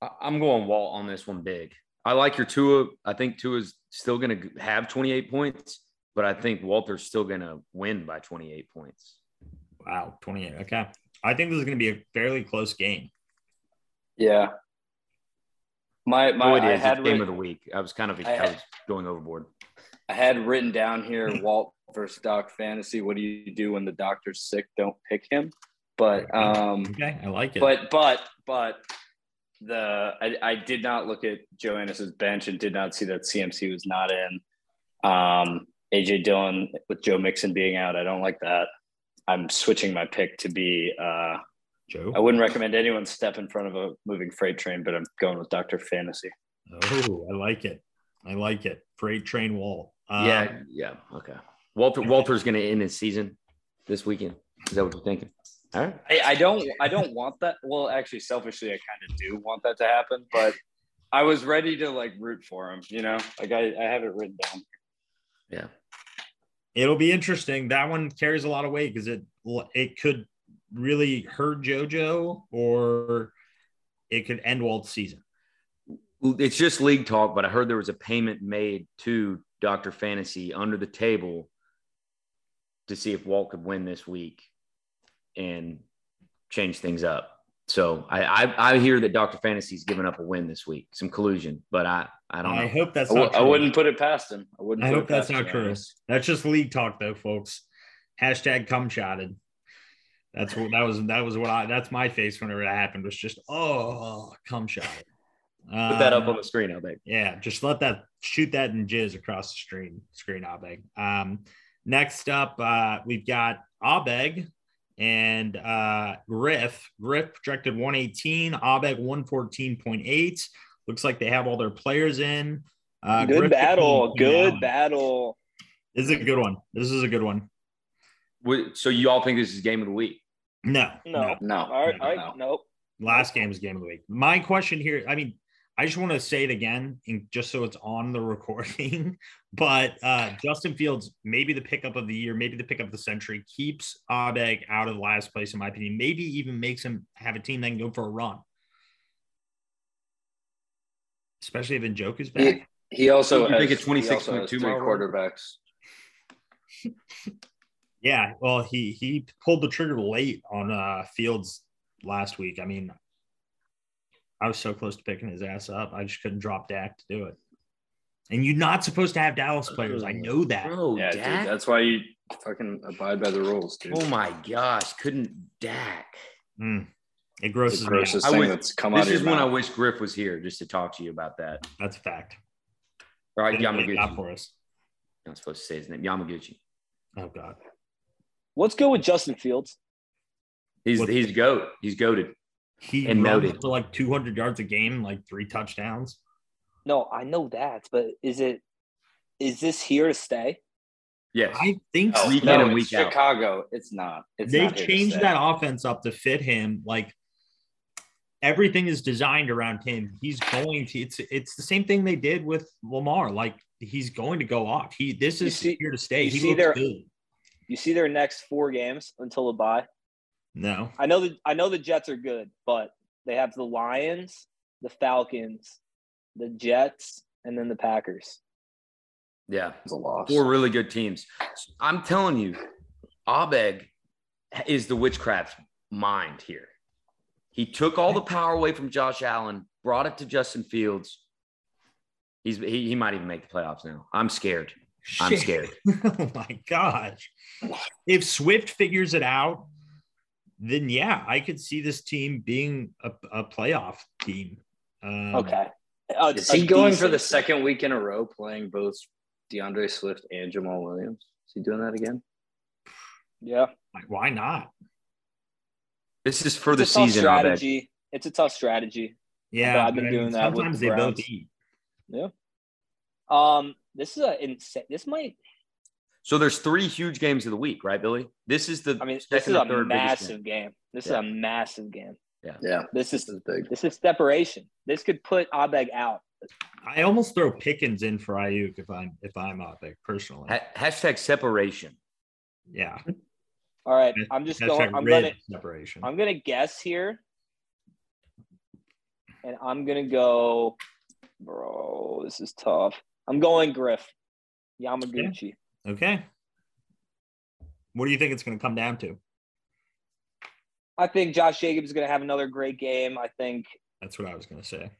Speaker 3: I- I'm going Walt on this one big. I like your Tua. I think Tua's still going to have 28 points, but I think Walter's still going to win by 28 points.
Speaker 1: Wow, 28. Okay. I think this is going to be a fairly close game.
Speaker 2: Yeah. My my
Speaker 3: Oh, it
Speaker 2: I
Speaker 3: is. It's
Speaker 2: had
Speaker 3: game
Speaker 2: written,
Speaker 3: of the week. I was kind of
Speaker 2: I-
Speaker 3: I was going overboard.
Speaker 2: I had written down here Walt versus Doc fantasy. What do you do when the doctor's sick? Don't pick him. But
Speaker 3: Mm-hmm.
Speaker 2: um,
Speaker 1: Okay. I like it.
Speaker 2: But but but the I, I did not look at Joannis's bench and did not see that CMC was not in. Um, AJ Dillon with Joe Mixon being out, I don't like that. I'm switching my pick to be. Uh,
Speaker 1: Joe.
Speaker 2: I wouldn't recommend anyone step in front of a moving freight train, but I'm going with Doctor Fantasy.
Speaker 1: Oh, I like it. I like it. Freight train wall. Uh,
Speaker 3: yeah. Yeah. Okay. Walter Walter's going to end his season this weekend. Is that what you're thinking? All right.
Speaker 2: I, I don't I don't want that. Well, actually, selfishly, I kind of do want that to happen, but I was ready to like root for him. You know, like I, I have it written down.
Speaker 1: It'll be interesting. That one carries a lot of weight because it it could really hurt JoJo or it could end Walt's season.
Speaker 3: It's just league talk, but I heard there was a payment made to Dr. Fantasy under the table to see if Walt could win this week and change things up. So I I, I hear that Dr. Fantasy's giving up a win this week, some collusion, but I I don't
Speaker 1: I
Speaker 3: know.
Speaker 1: hope that's
Speaker 2: I,
Speaker 1: not
Speaker 2: w-
Speaker 1: true.
Speaker 2: I wouldn't put it past him. I wouldn't.
Speaker 1: I
Speaker 2: put
Speaker 1: hope
Speaker 2: it
Speaker 1: that's
Speaker 2: past
Speaker 1: not true.
Speaker 2: Giannis.
Speaker 1: That's just league talk though, folks. Hashtag cum shotted. That's what that was that was what I that's my face whenever that happened was just oh cum shotted. Uh,
Speaker 3: Put that
Speaker 2: um,
Speaker 3: up on the screen, I think.
Speaker 1: Yeah, just let that shoot that in jizz across the screen screen Abeg. Um, next up, uh, we've got Abeg and uh, Griff. Griff projected 118, Abeg 114.8. Looks like they have all their players in. Uh,
Speaker 4: good
Speaker 1: Griff-
Speaker 4: battle. Good
Speaker 1: Yeah.
Speaker 4: battle.
Speaker 1: This is a good one. This is a good one.
Speaker 3: Would- So you all think this is game of the week?
Speaker 1: No,
Speaker 4: No.
Speaker 2: No.
Speaker 4: All right.
Speaker 2: no,
Speaker 4: All right.
Speaker 2: no.
Speaker 4: Nope.
Speaker 1: Last game is game of the week. My question here, I mean, I just want to say it again, and just so it's on the recording. But uh, Justin Fields, maybe the pickup of the year, maybe the pickup of the century, keeps Abeg out of last place, in my opinion. Maybe even makes him have a team that can go for a run, especially if Njoku's back.
Speaker 2: He, he also
Speaker 3: You
Speaker 2: has,
Speaker 3: think it's
Speaker 2: he also has
Speaker 3: 26.2
Speaker 2: three
Speaker 3: mile run?
Speaker 2: quarterbacks.
Speaker 1: Yeah, well, he he pulled the trigger late on uh, Fields last week. I mean, I was so close to picking his ass up. I just couldn't drop Dak to do it. And you're not supposed to have Dallas players. I know that.
Speaker 3: Bro,
Speaker 2: yeah, dude,
Speaker 3: Dak.
Speaker 2: that's why you fucking abide by the rules, dude.
Speaker 3: oh my gosh, couldn't Dak.
Speaker 1: Mm. It
Speaker 2: It's
Speaker 1: grosses
Speaker 2: the
Speaker 1: me out.
Speaker 2: grossest
Speaker 3: I
Speaker 2: thing
Speaker 3: would-
Speaker 2: that's come out
Speaker 3: This
Speaker 2: of your
Speaker 3: is when I
Speaker 2: mouth.
Speaker 3: wish Griff was here just to talk to you about that.
Speaker 1: That's a fact.
Speaker 3: All right,
Speaker 1: Didn't do
Speaker 3: Yamaguchi.
Speaker 1: that
Speaker 3: I'm
Speaker 1: for us.
Speaker 3: not supposed to say his name. Yamaguchi.
Speaker 1: Oh God.
Speaker 4: Let's go with Justin Fields.
Speaker 3: He's
Speaker 1: What-
Speaker 3: he's goat. He's goaded.
Speaker 1: He
Speaker 3: And
Speaker 1: runs
Speaker 3: noted.
Speaker 1: for like 200 yards a game, like three touchdowns.
Speaker 4: No, I know that, but is it is this here to stay?
Speaker 3: Yes.
Speaker 1: I think
Speaker 2: No,
Speaker 1: so.
Speaker 3: Week in
Speaker 2: Oh, no,
Speaker 3: and
Speaker 2: it's
Speaker 3: week out.
Speaker 2: Chicago. It's not. It's
Speaker 1: they
Speaker 2: not here to
Speaker 1: changed
Speaker 2: stay.
Speaker 1: that offense up to fit him. Like everything is designed around him. He's going to. It's it's the same thing they did with Lamar. Like he's going to go off. He this
Speaker 4: You
Speaker 1: is
Speaker 4: see-
Speaker 1: here to stay.
Speaker 4: you
Speaker 1: He
Speaker 4: see
Speaker 1: looks
Speaker 4: their-
Speaker 1: good.
Speaker 4: You see their next four games until the bye.
Speaker 1: No,
Speaker 4: I know that I know the Jets are good, but they have the Lions, the Falcons, the Jets, and then the Packers.
Speaker 3: Yeah.
Speaker 2: It's a loss.
Speaker 3: Four really good teams. I'm telling you, Abeg is the witchcraft mind here. He took all the power away from Josh Allen, brought it to Justin Fields. He's he, he might even make the playoffs now. I'm scared. I'm
Speaker 1: Shit.
Speaker 3: scared.
Speaker 1: oh my gosh. If Swift figures it out, then yeah, I could see this team being a, a playoff team. Um,
Speaker 3: Mm-hmm.
Speaker 4: Okay. A-
Speaker 2: Is
Speaker 4: a
Speaker 2: he going for
Speaker 4: decent-
Speaker 2: the second week in a row playing both DeAndre Swift and Jamal Williams? Is he doing that again?
Speaker 4: Yeah.
Speaker 1: like, why not?
Speaker 3: This is for
Speaker 4: It's
Speaker 3: the
Speaker 4: a tough
Speaker 3: season, Abeg.
Speaker 4: strategy. It's a tough strategy.
Speaker 1: Yeah,
Speaker 4: I've been
Speaker 1: but
Speaker 4: doing that with
Speaker 1: Sometimes
Speaker 4: the
Speaker 1: they both
Speaker 4: Browns.
Speaker 1: eat.
Speaker 4: Um, this is a insane. This might.
Speaker 3: So there's three huge games of the week, right, Billy? This is the
Speaker 4: I mean, this
Speaker 3: second
Speaker 4: is
Speaker 3: or
Speaker 4: a
Speaker 3: third biggest game.
Speaker 4: massive game. This
Speaker 3: Yeah.
Speaker 4: is a massive game.
Speaker 2: Yeah,
Speaker 4: This is
Speaker 2: this is big.
Speaker 4: this is separation. This could put Abeg out.
Speaker 1: I almost throw Pickens in for Ayuk if I'm if I'm out there personally.
Speaker 3: Ha- hashtag separation.
Speaker 1: yeah,
Speaker 4: All right, I'm just going.
Speaker 1: Hashtag
Speaker 4: I'm
Speaker 1: red
Speaker 4: gonna.
Speaker 1: separation.
Speaker 4: I'm gonna guess here, and I'm gonna go. Bro, this is tough. I'm going Griff, Yamaguchi.
Speaker 1: okay. What do you think it's going to come down to?
Speaker 4: I think Josh Jacobs is gonna have another great game. I think
Speaker 1: That's what I was going to say.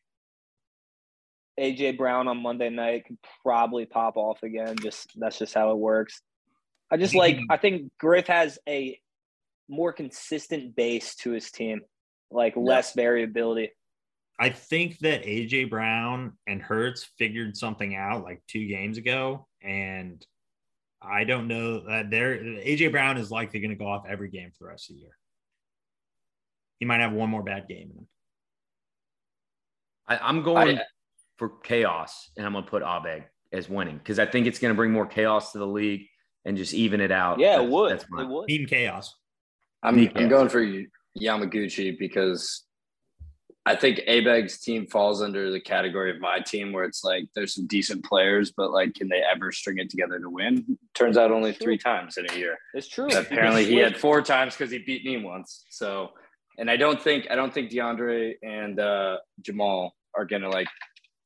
Speaker 4: AJ Brown on Monday night could probably pop off again. Just that's just how it works. I just like I think Griff has a more consistent base to his team, like less variability.
Speaker 1: I think that AJ Brown and Hertz figured something out like two games ago, and I don't know that they're AJ Brown is likely going to go off every game for the rest of the year. He might have one more bad game. in him.
Speaker 3: I, I'm going for chaos, and I'm going to put Abeg as winning because I think it's going to bring more chaos to the league and just even it out.
Speaker 4: Yeah, it
Speaker 3: Oh, That's-
Speaker 4: would.
Speaker 3: That's
Speaker 4: It
Speaker 3: mine.
Speaker 4: would.
Speaker 1: Team chaos.
Speaker 2: I'm
Speaker 3: Yeah.
Speaker 2: I'm going for Yamaguchi because I think Abeg's team falls under the category of my team where it's like there's some decent players, but like can they ever string it together to win? Turns out only three times in a year.
Speaker 4: It's true.
Speaker 2: Apparently he had four times because he beat me once. So and I don't think I don't think DeAndre and uh, Jamal are gonna like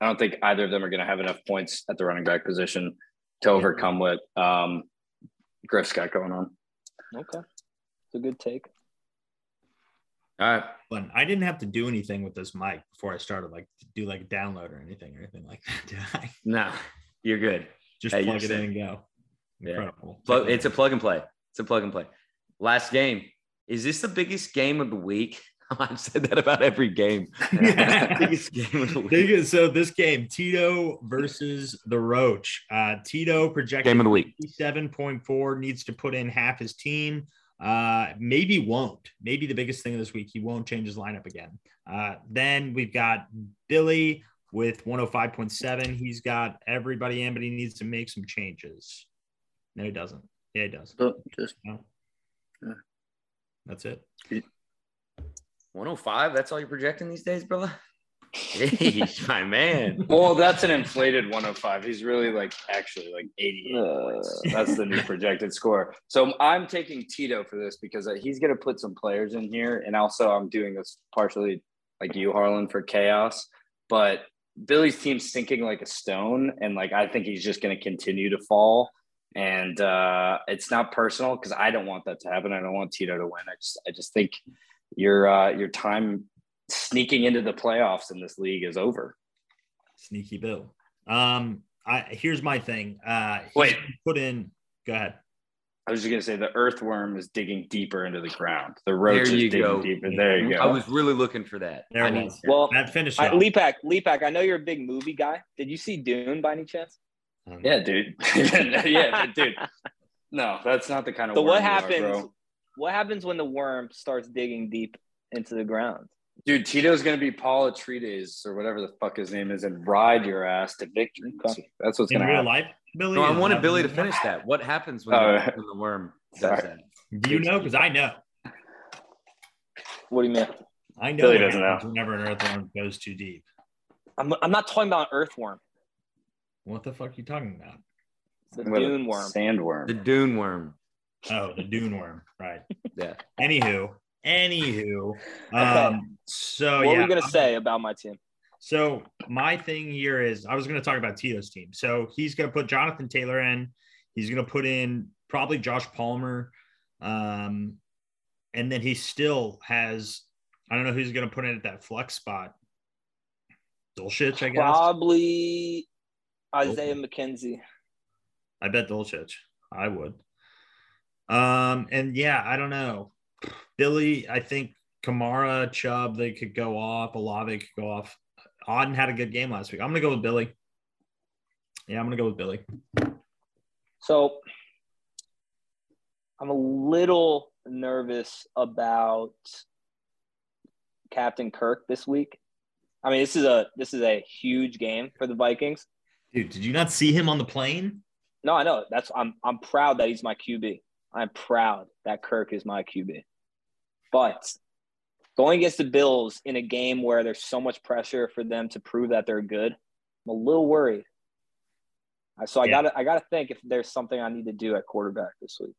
Speaker 2: I don't think either of them are gonna have enough points at the running back position to overcome what um, Griff's got going on.
Speaker 4: Okay, it's a good take.
Speaker 3: All right.
Speaker 1: But I didn't have to do anything with this mic before I started, like to do like a download or anything or anything like that. Did I?
Speaker 3: No, you're good.
Speaker 1: Just
Speaker 3: Hey,
Speaker 1: plug
Speaker 3: you're
Speaker 1: it in and go.
Speaker 3: Yeah.
Speaker 1: Incredible.
Speaker 3: Plug- It's a plug and play. It's a plug and play. Last game. Is this the biggest game of the week? I've said that about every game. biggest game of the week.
Speaker 1: Think- So this game, Tito versus the Roach. Uh, Tito projected
Speaker 3: Game of the week.
Speaker 1: 57.4 needs to put in half his team. Uh, maybe won't. Maybe the biggest thing of this week, he won't change his lineup again. Uh, then we've got Billy with 105.7. He's got everybody in, but he needs to make some changes. No, he doesn't. Yeah, he does.
Speaker 2: So just
Speaker 1: No.
Speaker 2: Yeah.
Speaker 1: That's it.
Speaker 3: 105. That's all you're projecting these days, brother? Jeez, my man.
Speaker 2: Well, that's an inflated 105. He's really like actually like 88 points. That's the new projected score. So I'm taking Tito for this because uh, he's going to put some players in here. And also, I'm doing this partially like you, Harlan, for chaos. But Billy's team's sinking like a stone. And like, I think he's just going to continue to fall. and uh, it's not personal because I don't want that to happen. I don't want Tito to win. I just I just think your uh, your time sneaking into the playoffs in this league is over.
Speaker 1: Sneaky Bill. Um, I here's my thing. Uh, he's
Speaker 2: Wait.
Speaker 1: put in. Go ahead.
Speaker 2: I was just gonna say the earthworm is digging deeper into the ground. The roach
Speaker 3: There
Speaker 2: is
Speaker 3: you
Speaker 2: digging
Speaker 3: go.
Speaker 2: deeper. There you go.
Speaker 3: I was really looking for that.
Speaker 1: There
Speaker 3: I
Speaker 1: it
Speaker 3: need-
Speaker 1: was.
Speaker 4: Well,
Speaker 1: That finish.
Speaker 4: I,
Speaker 1: off.
Speaker 4: Leapak, Leapak, I know you're a big movie guy. Did you see Dune by any chance?
Speaker 1: Um,
Speaker 2: yeah, dude. yeah, but dude. No, that's not the kind of.
Speaker 4: So
Speaker 2: worm
Speaker 4: what
Speaker 2: you are,
Speaker 4: happens?
Speaker 2: bro.
Speaker 4: what happens when the worm starts digging deep into the ground?
Speaker 2: Dude, Tito's gonna be Paul Atreides or whatever the fuck his name is, and ride your ass to victory.
Speaker 4: Okay.
Speaker 2: That's what's
Speaker 1: in
Speaker 2: gonna
Speaker 1: real
Speaker 2: happen.
Speaker 1: life, Billy.
Speaker 3: No, I
Speaker 1: Is
Speaker 3: wanted
Speaker 1: that-
Speaker 3: Billy to finish that. What happens when,
Speaker 2: Oh.
Speaker 3: the, when the worm does
Speaker 2: Sorry.
Speaker 3: that?
Speaker 1: Do you know? Because I know.
Speaker 4: What do you mean?
Speaker 1: I know.
Speaker 2: Billy
Speaker 1: what
Speaker 2: doesn't
Speaker 1: happens Whenever an earthworm goes too deep.
Speaker 4: I'm, I'm not talking about an earthworm.
Speaker 1: What the fuck are you talking about?
Speaker 4: It's a
Speaker 2: What a
Speaker 4: dune worm.
Speaker 3: The
Speaker 2: Sandworm.
Speaker 3: Dune worm.
Speaker 1: Oh, the dune worm. Right.
Speaker 3: Yeah.
Speaker 1: Anywho. Anywho. Um, so
Speaker 4: what
Speaker 1: yeah.
Speaker 4: were you gonna say about my team?
Speaker 1: So my thing here is I was going to talk about Tito's team. So he's going to put Jonathan Taylor in. He's going to put in probably Josh Palmer, um, and then he still has. I don't know who's going to put in at that flex spot. Dolchich, I guess. Oh.
Speaker 4: Probably Isaiah McKenzie.
Speaker 1: I bet Dolchich. I would. Um, and yeah, I don't know. Billy, I think Kamara, Chubb, they could go off. Olave could go off. Auden had a good game last week. I'm gonna go with Billy. Yeah, I'm gonna go with Billy.
Speaker 4: So I'm a little nervous about Captain Kirk this week. I mean, this is a this is a huge game for the Vikings.
Speaker 1: Dude, did you not see him on the plane?
Speaker 4: No, I know. That's I'm I'm proud that he's my QB. I'm proud that Kirk is my QB. But going against the Bills in a game where there's so much pressure for them to prove that they're good, I'm a little worried. Uh, So I
Speaker 1: Yeah.
Speaker 4: gotta I gotta think if there's something I need to do at quarterback this week.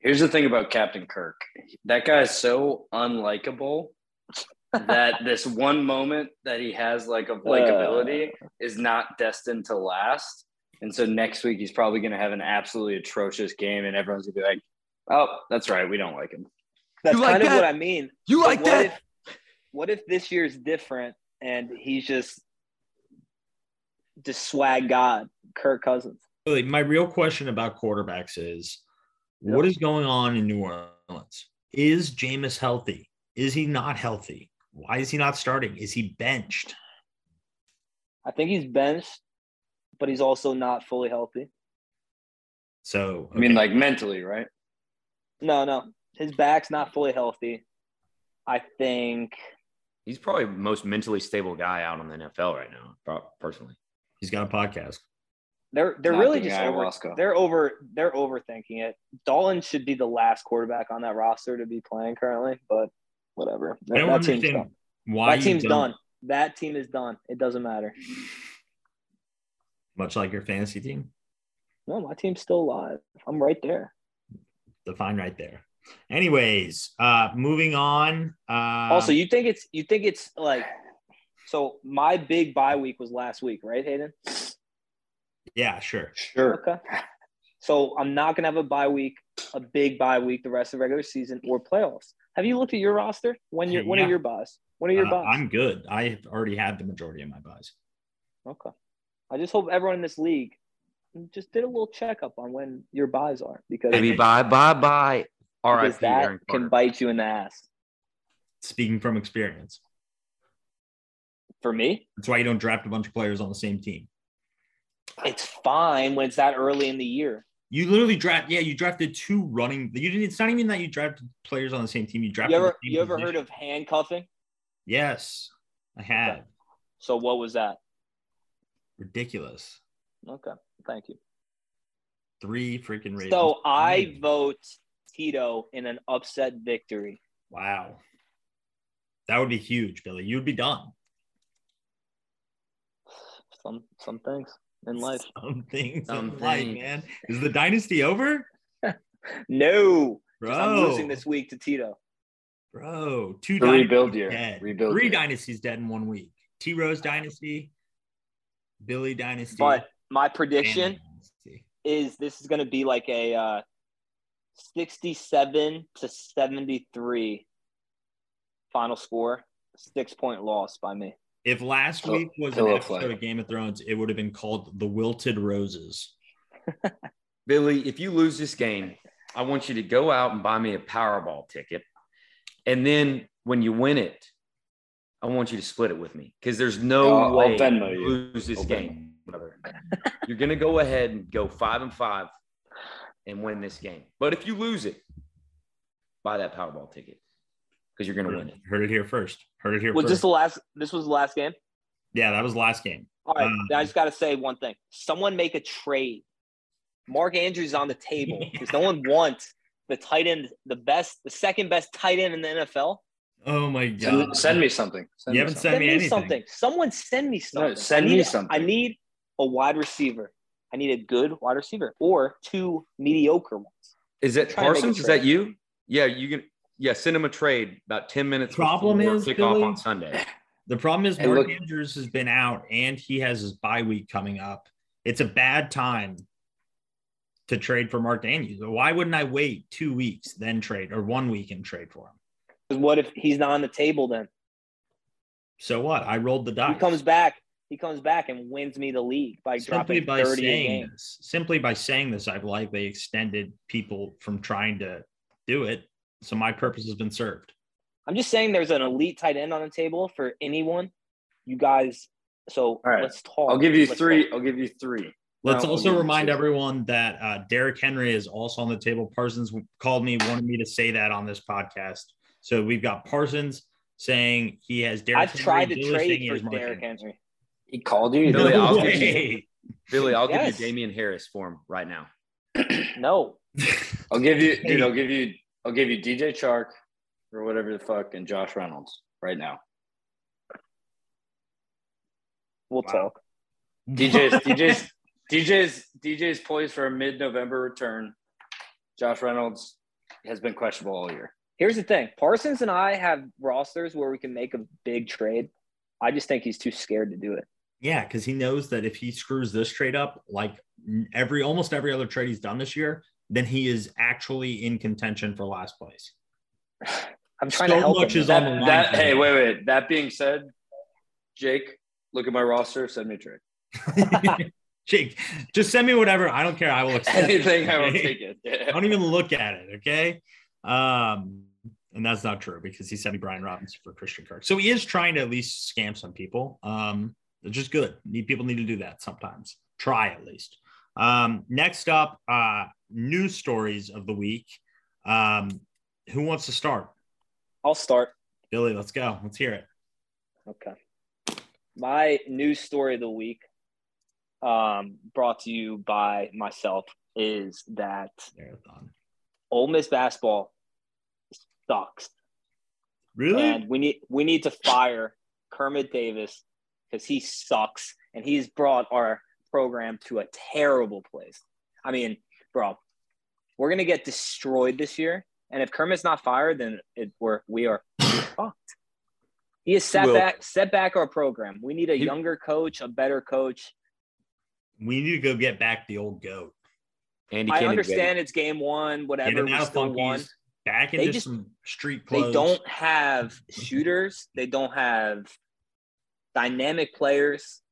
Speaker 2: Here's the thing about Captain Kirk. That guy's so unlikable that this one moment that he has like
Speaker 1: Uh,
Speaker 2: of likability is not destined to last. And so next week he's probably gonna have an absolutely atrocious game and everyone's gonna be like, Oh, that's right, we don't like him.
Speaker 4: That's
Speaker 3: You like
Speaker 4: kind of
Speaker 3: that?
Speaker 4: what I mean.
Speaker 3: You
Speaker 4: But
Speaker 3: like
Speaker 4: what
Speaker 3: that?
Speaker 4: If, what if this year's different and he's just just swag god, Kirk Cousins?
Speaker 1: Billy, my real question about quarterbacks is what is going on in New Orleans? Is Jameis healthy? Is he not healthy? Why is he not starting? Is he benched?
Speaker 4: I think he's benched, but he's also not fully healthy.
Speaker 1: So
Speaker 2: I mean, like mentally, right?
Speaker 4: No, no. His back's not fully healthy. I think
Speaker 3: He's probably the most mentally stable guy out on the NFL right now, pro- personally.
Speaker 1: he's got a podcast.
Speaker 4: they're they're
Speaker 2: Not
Speaker 4: really
Speaker 2: the
Speaker 4: just over,
Speaker 2: ayahuasca.
Speaker 4: they're over they're overthinking it. Dalton should be the last quarterback on that roster to be playing currently, but whatever.
Speaker 1: I
Speaker 4: That,
Speaker 1: don't
Speaker 4: that team's
Speaker 1: understand
Speaker 4: done.
Speaker 1: why
Speaker 4: That
Speaker 1: you
Speaker 4: team's
Speaker 1: don't-
Speaker 4: done. That team is done. It doesn't matter.
Speaker 1: Much like your fantasy team,
Speaker 4: No, my team's still alive. I'm right there.
Speaker 1: define right there. Anyways, uh moving on. Uh
Speaker 4: also, you think it's you think it's like so my big bye week was last week, right, Hayden?
Speaker 1: yeah, sure.
Speaker 2: Sure.
Speaker 4: Okay. So I'm not gonna have a bye week, a big bye week, the rest of the regular season or playoffs. Have you looked at your roster? When you when
Speaker 1: Yeah.
Speaker 4: are your buys? When are your
Speaker 1: Uh,
Speaker 4: buys?
Speaker 1: I'm good. I have already had the majority of my buys.
Speaker 4: Okay. I just hope everyone in this league just did a little checkup on when your buys are because,
Speaker 3: Baby, bye, bye, bye. All right,
Speaker 4: because that can bite you in the ass.
Speaker 1: Speaking from experience.
Speaker 4: For me,
Speaker 1: That's why you don't draft a bunch of players on the same team.
Speaker 4: it's fine when it's that early in the year.
Speaker 1: You literally draft, yeah, you drafted two running. You didn't. It's not even that you drafted players on the same team. You
Speaker 4: You
Speaker 1: drafted.
Speaker 4: ever
Speaker 1: the same
Speaker 4: you ever
Speaker 1: position.
Speaker 4: heard of handcuffing?
Speaker 1: Yes, I have.
Speaker 4: So what was that?
Speaker 1: Ridiculous.
Speaker 4: Okay, thank you.
Speaker 1: Three freaking Ravens.
Speaker 4: So I vote Tito in an upset victory.
Speaker 1: Wow. That would be huge, Billy. You'd be done.
Speaker 4: Some some things in life.
Speaker 1: Some things.
Speaker 3: Some
Speaker 1: in life,
Speaker 3: things.
Speaker 1: man. Is the dynasty over,
Speaker 4: No,
Speaker 1: bro?
Speaker 4: I'm losing this week to Tito.
Speaker 1: bro. Two
Speaker 2: The rebuild
Speaker 1: dynasties
Speaker 2: year.
Speaker 1: Dead.
Speaker 2: Rebuild
Speaker 1: Three
Speaker 2: year.
Speaker 1: dynasties dead in one week. T Rose dynasty, Billy dynasty,
Speaker 4: But my
Speaker 1: and
Speaker 4: prediction
Speaker 1: dynasty.
Speaker 4: is this is going to be like a uh, 67 to 73 final score, six point loss by me.
Speaker 1: If last
Speaker 2: Oh,
Speaker 1: week was an
Speaker 2: hello,
Speaker 1: episode
Speaker 2: Flair.
Speaker 1: of Game of Thrones, it would have been called The Wilted Roses.
Speaker 3: Billy, if you lose this game, I want you to go out and buy me a Powerball ticket. And then when you win it, I want you to split it with me because there's no
Speaker 2: Oh, I'll- I'll
Speaker 3: way
Speaker 2: Venmo
Speaker 3: you
Speaker 2: you.
Speaker 3: lose this
Speaker 2: I'll
Speaker 3: game, brother. You're going to go ahead and go five and five and win this game. But if you lose it, buy that Powerball ticket because you're going to win it.
Speaker 1: Heard it here first. Heard it here
Speaker 4: Was
Speaker 1: first.
Speaker 4: this the last? This was the last game.
Speaker 1: yeah, that was the last game.
Speaker 4: All right,
Speaker 1: Um,
Speaker 4: I just got to say one thing. Someone make a trade. Mark Andrews is on the table because no one wants the tight end, the best, the second best tight end in the NFL.
Speaker 1: Oh my god.
Speaker 2: Send, send me something. Send
Speaker 1: You
Speaker 2: me
Speaker 1: haven't Send
Speaker 2: something.
Speaker 4: Send
Speaker 1: me
Speaker 4: me
Speaker 1: anything.
Speaker 4: something. Someone send me something.
Speaker 2: send
Speaker 4: I
Speaker 2: me
Speaker 4: need-
Speaker 2: something.
Speaker 4: I need a wide receiver. I need a good wide receiver or two mediocre ones.
Speaker 3: Is
Speaker 4: Try
Speaker 3: that
Speaker 4: to make a
Speaker 3: Parsons? Is
Speaker 4: trade.
Speaker 3: that you? Yeah, you can. Yeah, send him a trade about 10 minutes
Speaker 1: Problem
Speaker 3: before
Speaker 1: is,
Speaker 3: kickoff
Speaker 1: Billy-
Speaker 3: on Sunday.
Speaker 1: The problem is
Speaker 2: Hey,
Speaker 1: Mark
Speaker 2: look-
Speaker 1: Andrews has been out and he has his bye week coming up. It's a bad time to trade for Mark Andrews. Why wouldn't I wait two weeks then trade or one week and trade for him?
Speaker 4: 'Cause What if he's not on the table then?
Speaker 1: So what? I rolled the
Speaker 4: He
Speaker 1: dice.
Speaker 4: comes back. He comes back and wins me the league by
Speaker 1: simply
Speaker 4: dropping
Speaker 1: by
Speaker 4: 30 a
Speaker 1: saying
Speaker 4: game.
Speaker 1: this. Simply by saying this, I've likely extended people from trying to do it. So my purpose has been served.
Speaker 4: I'm just saying there's an elite tight end on the table for anyone. You guys, so
Speaker 2: right.
Speaker 4: let's talk.
Speaker 2: I'll give you
Speaker 4: Let's
Speaker 2: three.
Speaker 4: talk.
Speaker 2: I'll give you three.
Speaker 1: Let's
Speaker 2: No,
Speaker 1: also
Speaker 2: we'll
Speaker 1: remind
Speaker 2: see.
Speaker 1: everyone that uh, Derrick Henry is also on the table. Parsons called me, wanted me to say that on this podcast. So we've got Parsons saying he has Derrick.
Speaker 4: I've tried to
Speaker 1: Dillis saying he
Speaker 4: trade
Speaker 1: has
Speaker 4: for
Speaker 1: Mark
Speaker 4: Derrick
Speaker 1: Henry.
Speaker 4: Henry.
Speaker 2: He called you. you
Speaker 3: Billy,
Speaker 2: know?
Speaker 3: I'll
Speaker 1: No
Speaker 3: give you-
Speaker 1: way.
Speaker 3: Billy, I'll
Speaker 4: Yes.
Speaker 3: give you Damian Harris for him right now.
Speaker 4: No,
Speaker 2: I'll give you, dude. I'll give you. I'll give you DJ Chark or whatever the fuck, and Josh Reynolds right now.
Speaker 4: we'll
Speaker 1: Wow.
Speaker 4: talk.
Speaker 2: DJ's DJ's DJ's DJ's poised for a mid-November return. Josh Reynolds has been questionable all year.
Speaker 4: Here's the thing: Parsons and I have rosters where we can make a big trade. I just think he's too scared to do it.
Speaker 1: Yeah, because he knows that if he screws this trade up, like every almost every other trade he's done this year, then he is actually in contention for last place.
Speaker 4: I'm trying
Speaker 1: So
Speaker 4: to help
Speaker 1: much
Speaker 4: him.
Speaker 1: is
Speaker 2: That,
Speaker 1: on the line
Speaker 2: that-
Speaker 1: for him.
Speaker 2: hey, wait, wait. That being said, Jake, look at my roster. Send me a trade.
Speaker 1: Jake, just send me whatever. I don't care. I will accept it,
Speaker 2: Anything, I will
Speaker 1: okay?
Speaker 2: take it.
Speaker 1: I don't even look at it. Okay. Um, and that's not true because he sent me Brian Robinson for Christian Kirk. So he is trying to at least scam some people. Um, which is good. Need people need to do that sometimes. Try at least. Um, next up, uh, news stories of the week. Um, who wants to start?
Speaker 4: I'll start.
Speaker 1: Billy, let's go. Let's hear it.
Speaker 4: Okay. My news story of the week, um, brought to you by myself, is that
Speaker 1: Marathon.
Speaker 4: Ole Miss basketball sucks.
Speaker 1: Really?
Speaker 4: And we need we need to fire Kermit Davis because he sucks and he's brought our program to a terrible place. I mean, bro, we're gonna get destroyed this year. And if Kermit's not fired, then it, we're we are fucked. He has set
Speaker 3: Will.
Speaker 4: back set back our program. We need a
Speaker 3: He-
Speaker 4: younger coach, a better coach.
Speaker 1: we need to go get back the old goat.
Speaker 3: Andy
Speaker 4: I
Speaker 3: Kennedy.
Speaker 4: understand it's game one, whatever.
Speaker 1: Get him
Speaker 4: we
Speaker 1: out of
Speaker 4: still won.
Speaker 1: funkies. Back
Speaker 4: They
Speaker 1: into
Speaker 4: just-
Speaker 1: some street
Speaker 4: they
Speaker 1: clothes.
Speaker 4: don't have shooters they don't have dynamic players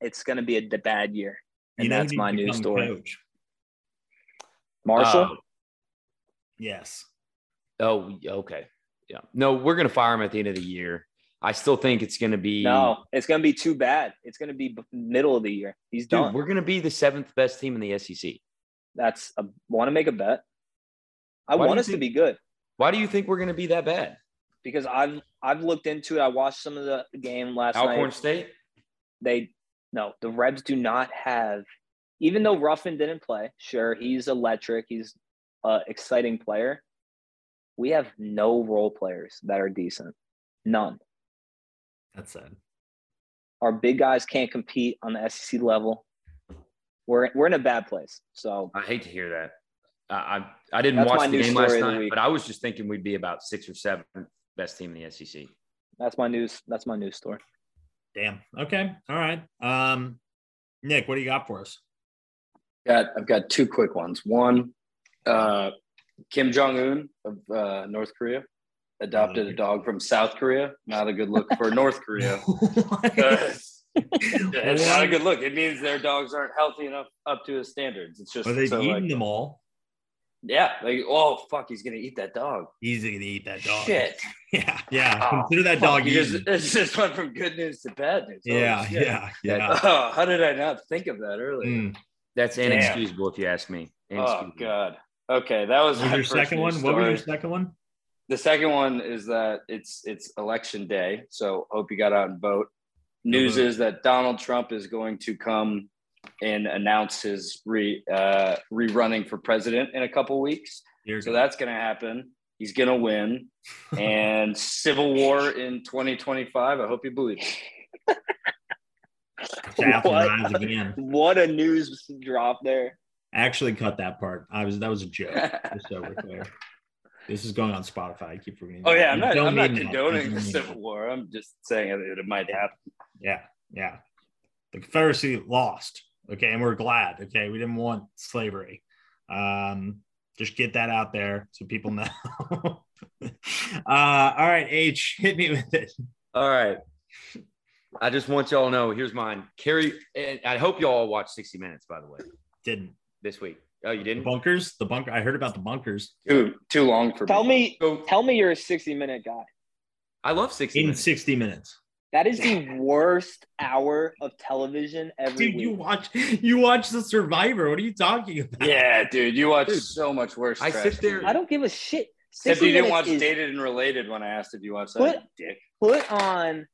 Speaker 4: it's going to be a d- bad year and
Speaker 1: who
Speaker 4: that's
Speaker 1: needs
Speaker 4: my
Speaker 1: to
Speaker 4: news
Speaker 1: become
Speaker 4: story
Speaker 1: coach?
Speaker 4: marshall
Speaker 1: Yes.
Speaker 3: Oh, okay. Yeah. No, we're going to fire him at the end of the year. I still think it's going to be
Speaker 4: no it's going to be too bad it's going to be b- middle of the year he's
Speaker 3: Dude,
Speaker 4: done
Speaker 3: we're going to be the seventh best team in the E SEC.
Speaker 4: that's a want to make a bet i
Speaker 3: Why do
Speaker 4: want
Speaker 3: you
Speaker 4: us to
Speaker 3: think-
Speaker 4: be good
Speaker 3: Why do you think we're going to be that bad?
Speaker 4: because i've i've looked into it i watched some of the game last
Speaker 3: Alcorn
Speaker 4: night
Speaker 3: State?
Speaker 4: they no the Rebs do not have even though Ruffin didn't play sure he's electric he's an exciting player we have no role players that are decent none
Speaker 1: That's sad.
Speaker 4: our big guys can't compete on the SEC level we're we're in a bad place so
Speaker 3: I hate to hear that. I I, I didn't
Speaker 4: That's my
Speaker 3: watch the
Speaker 4: new
Speaker 3: game last
Speaker 4: story of the
Speaker 3: night,
Speaker 4: week.
Speaker 3: but I was just thinking we'd be about sixth or seventh best team in the E SEC.
Speaker 4: that's my news that's my news story
Speaker 1: Damn. Okay. All right. Um, Nick, what do you got for us?
Speaker 2: Got I've got two quick ones. One, uh, Kim Jong Un of uh, North Korea adopted a dog from South Korea. Not a good look for North Korea. it's not a good look. It means their dogs aren't healthy enough up to his standards. It's just
Speaker 1: But they've
Speaker 2: so,
Speaker 1: eaten
Speaker 2: like,
Speaker 1: them all.
Speaker 2: yeah, like oh fuck, he's gonna eat that dog.
Speaker 1: He's gonna eat that dog.
Speaker 2: Shit,
Speaker 1: Yeah, yeah.
Speaker 2: Oh,
Speaker 1: Consider that
Speaker 2: Fuck,
Speaker 1: dog
Speaker 2: you
Speaker 1: eaten.
Speaker 2: just, this just went from good news to bad news. Holy
Speaker 1: yeah,
Speaker 2: shit.
Speaker 1: yeah, yeah,
Speaker 2: Oh, how did I not think of that earlier?
Speaker 1: Mm.
Speaker 3: That's inexcusable if you ask me.
Speaker 2: Oh
Speaker 3: Inexcusable.
Speaker 2: god. Okay, that was
Speaker 1: What was
Speaker 2: my
Speaker 1: your
Speaker 2: first
Speaker 1: second
Speaker 2: news
Speaker 1: one? What was your
Speaker 2: story.
Speaker 1: second one?
Speaker 2: The second one is that it's it's election day, so hope you got out and vote. News
Speaker 1: vote.
Speaker 2: is that Donald Trump is going to come and announce his re uh, rerunning for president in a couple weeks.
Speaker 1: Here
Speaker 2: So that's going to happen. He's going to win, and civil war in 2025. I hope you believe. it.
Speaker 1: Saffron
Speaker 4: What?
Speaker 1: rise again.
Speaker 4: What a news drop there.
Speaker 1: Actually, cut that part. I was that was a joke.
Speaker 2: Oh,
Speaker 1: Just so we're clear. This is going on Spotify. I keep forgetting.
Speaker 2: Oh
Speaker 1: that.
Speaker 2: yeah, I'm not.
Speaker 1: Don't
Speaker 2: I'm not
Speaker 1: mean that.
Speaker 2: condoning the
Speaker 1: Don't mean
Speaker 2: civil
Speaker 1: that.
Speaker 2: war. I'm just saying it, it might happen.
Speaker 1: Yeah, yeah. The Confederacy lost. Okay, and we're glad. Okay, we didn't want slavery. Um, just get that out there so people know. uh, all right, H, hit me with it.
Speaker 3: All right. I just want y'all to know. Here's mine. Carrie, and I hope y'all all watched 60 Minutes, by the way,
Speaker 1: Didn't
Speaker 3: this week. Oh, you
Speaker 1: the
Speaker 3: didn't?
Speaker 1: bunkers? The bunker. I heard about the bunkers
Speaker 2: Too too long for
Speaker 4: Tell me,
Speaker 3: So
Speaker 4: tell me you're a 60 minute guy.
Speaker 3: I love 60
Speaker 1: in
Speaker 3: Minutes.
Speaker 1: sixty minutes.
Speaker 4: That is the worst hour of television every
Speaker 1: Dude, you
Speaker 4: week.
Speaker 1: watch you watch the Survivor. What are you talking about?
Speaker 2: Yeah, dude, you watch
Speaker 3: Dude,
Speaker 2: so much worse.
Speaker 3: I
Speaker 2: trash
Speaker 3: sit there-
Speaker 2: TV.
Speaker 4: I don't give a shit.
Speaker 2: Except
Speaker 4: 60
Speaker 2: you didn't
Speaker 4: Minutes
Speaker 2: watch
Speaker 4: is
Speaker 2: Dated and Related when I asked if you watched that.
Speaker 4: What?
Speaker 2: you Dick.
Speaker 4: Put on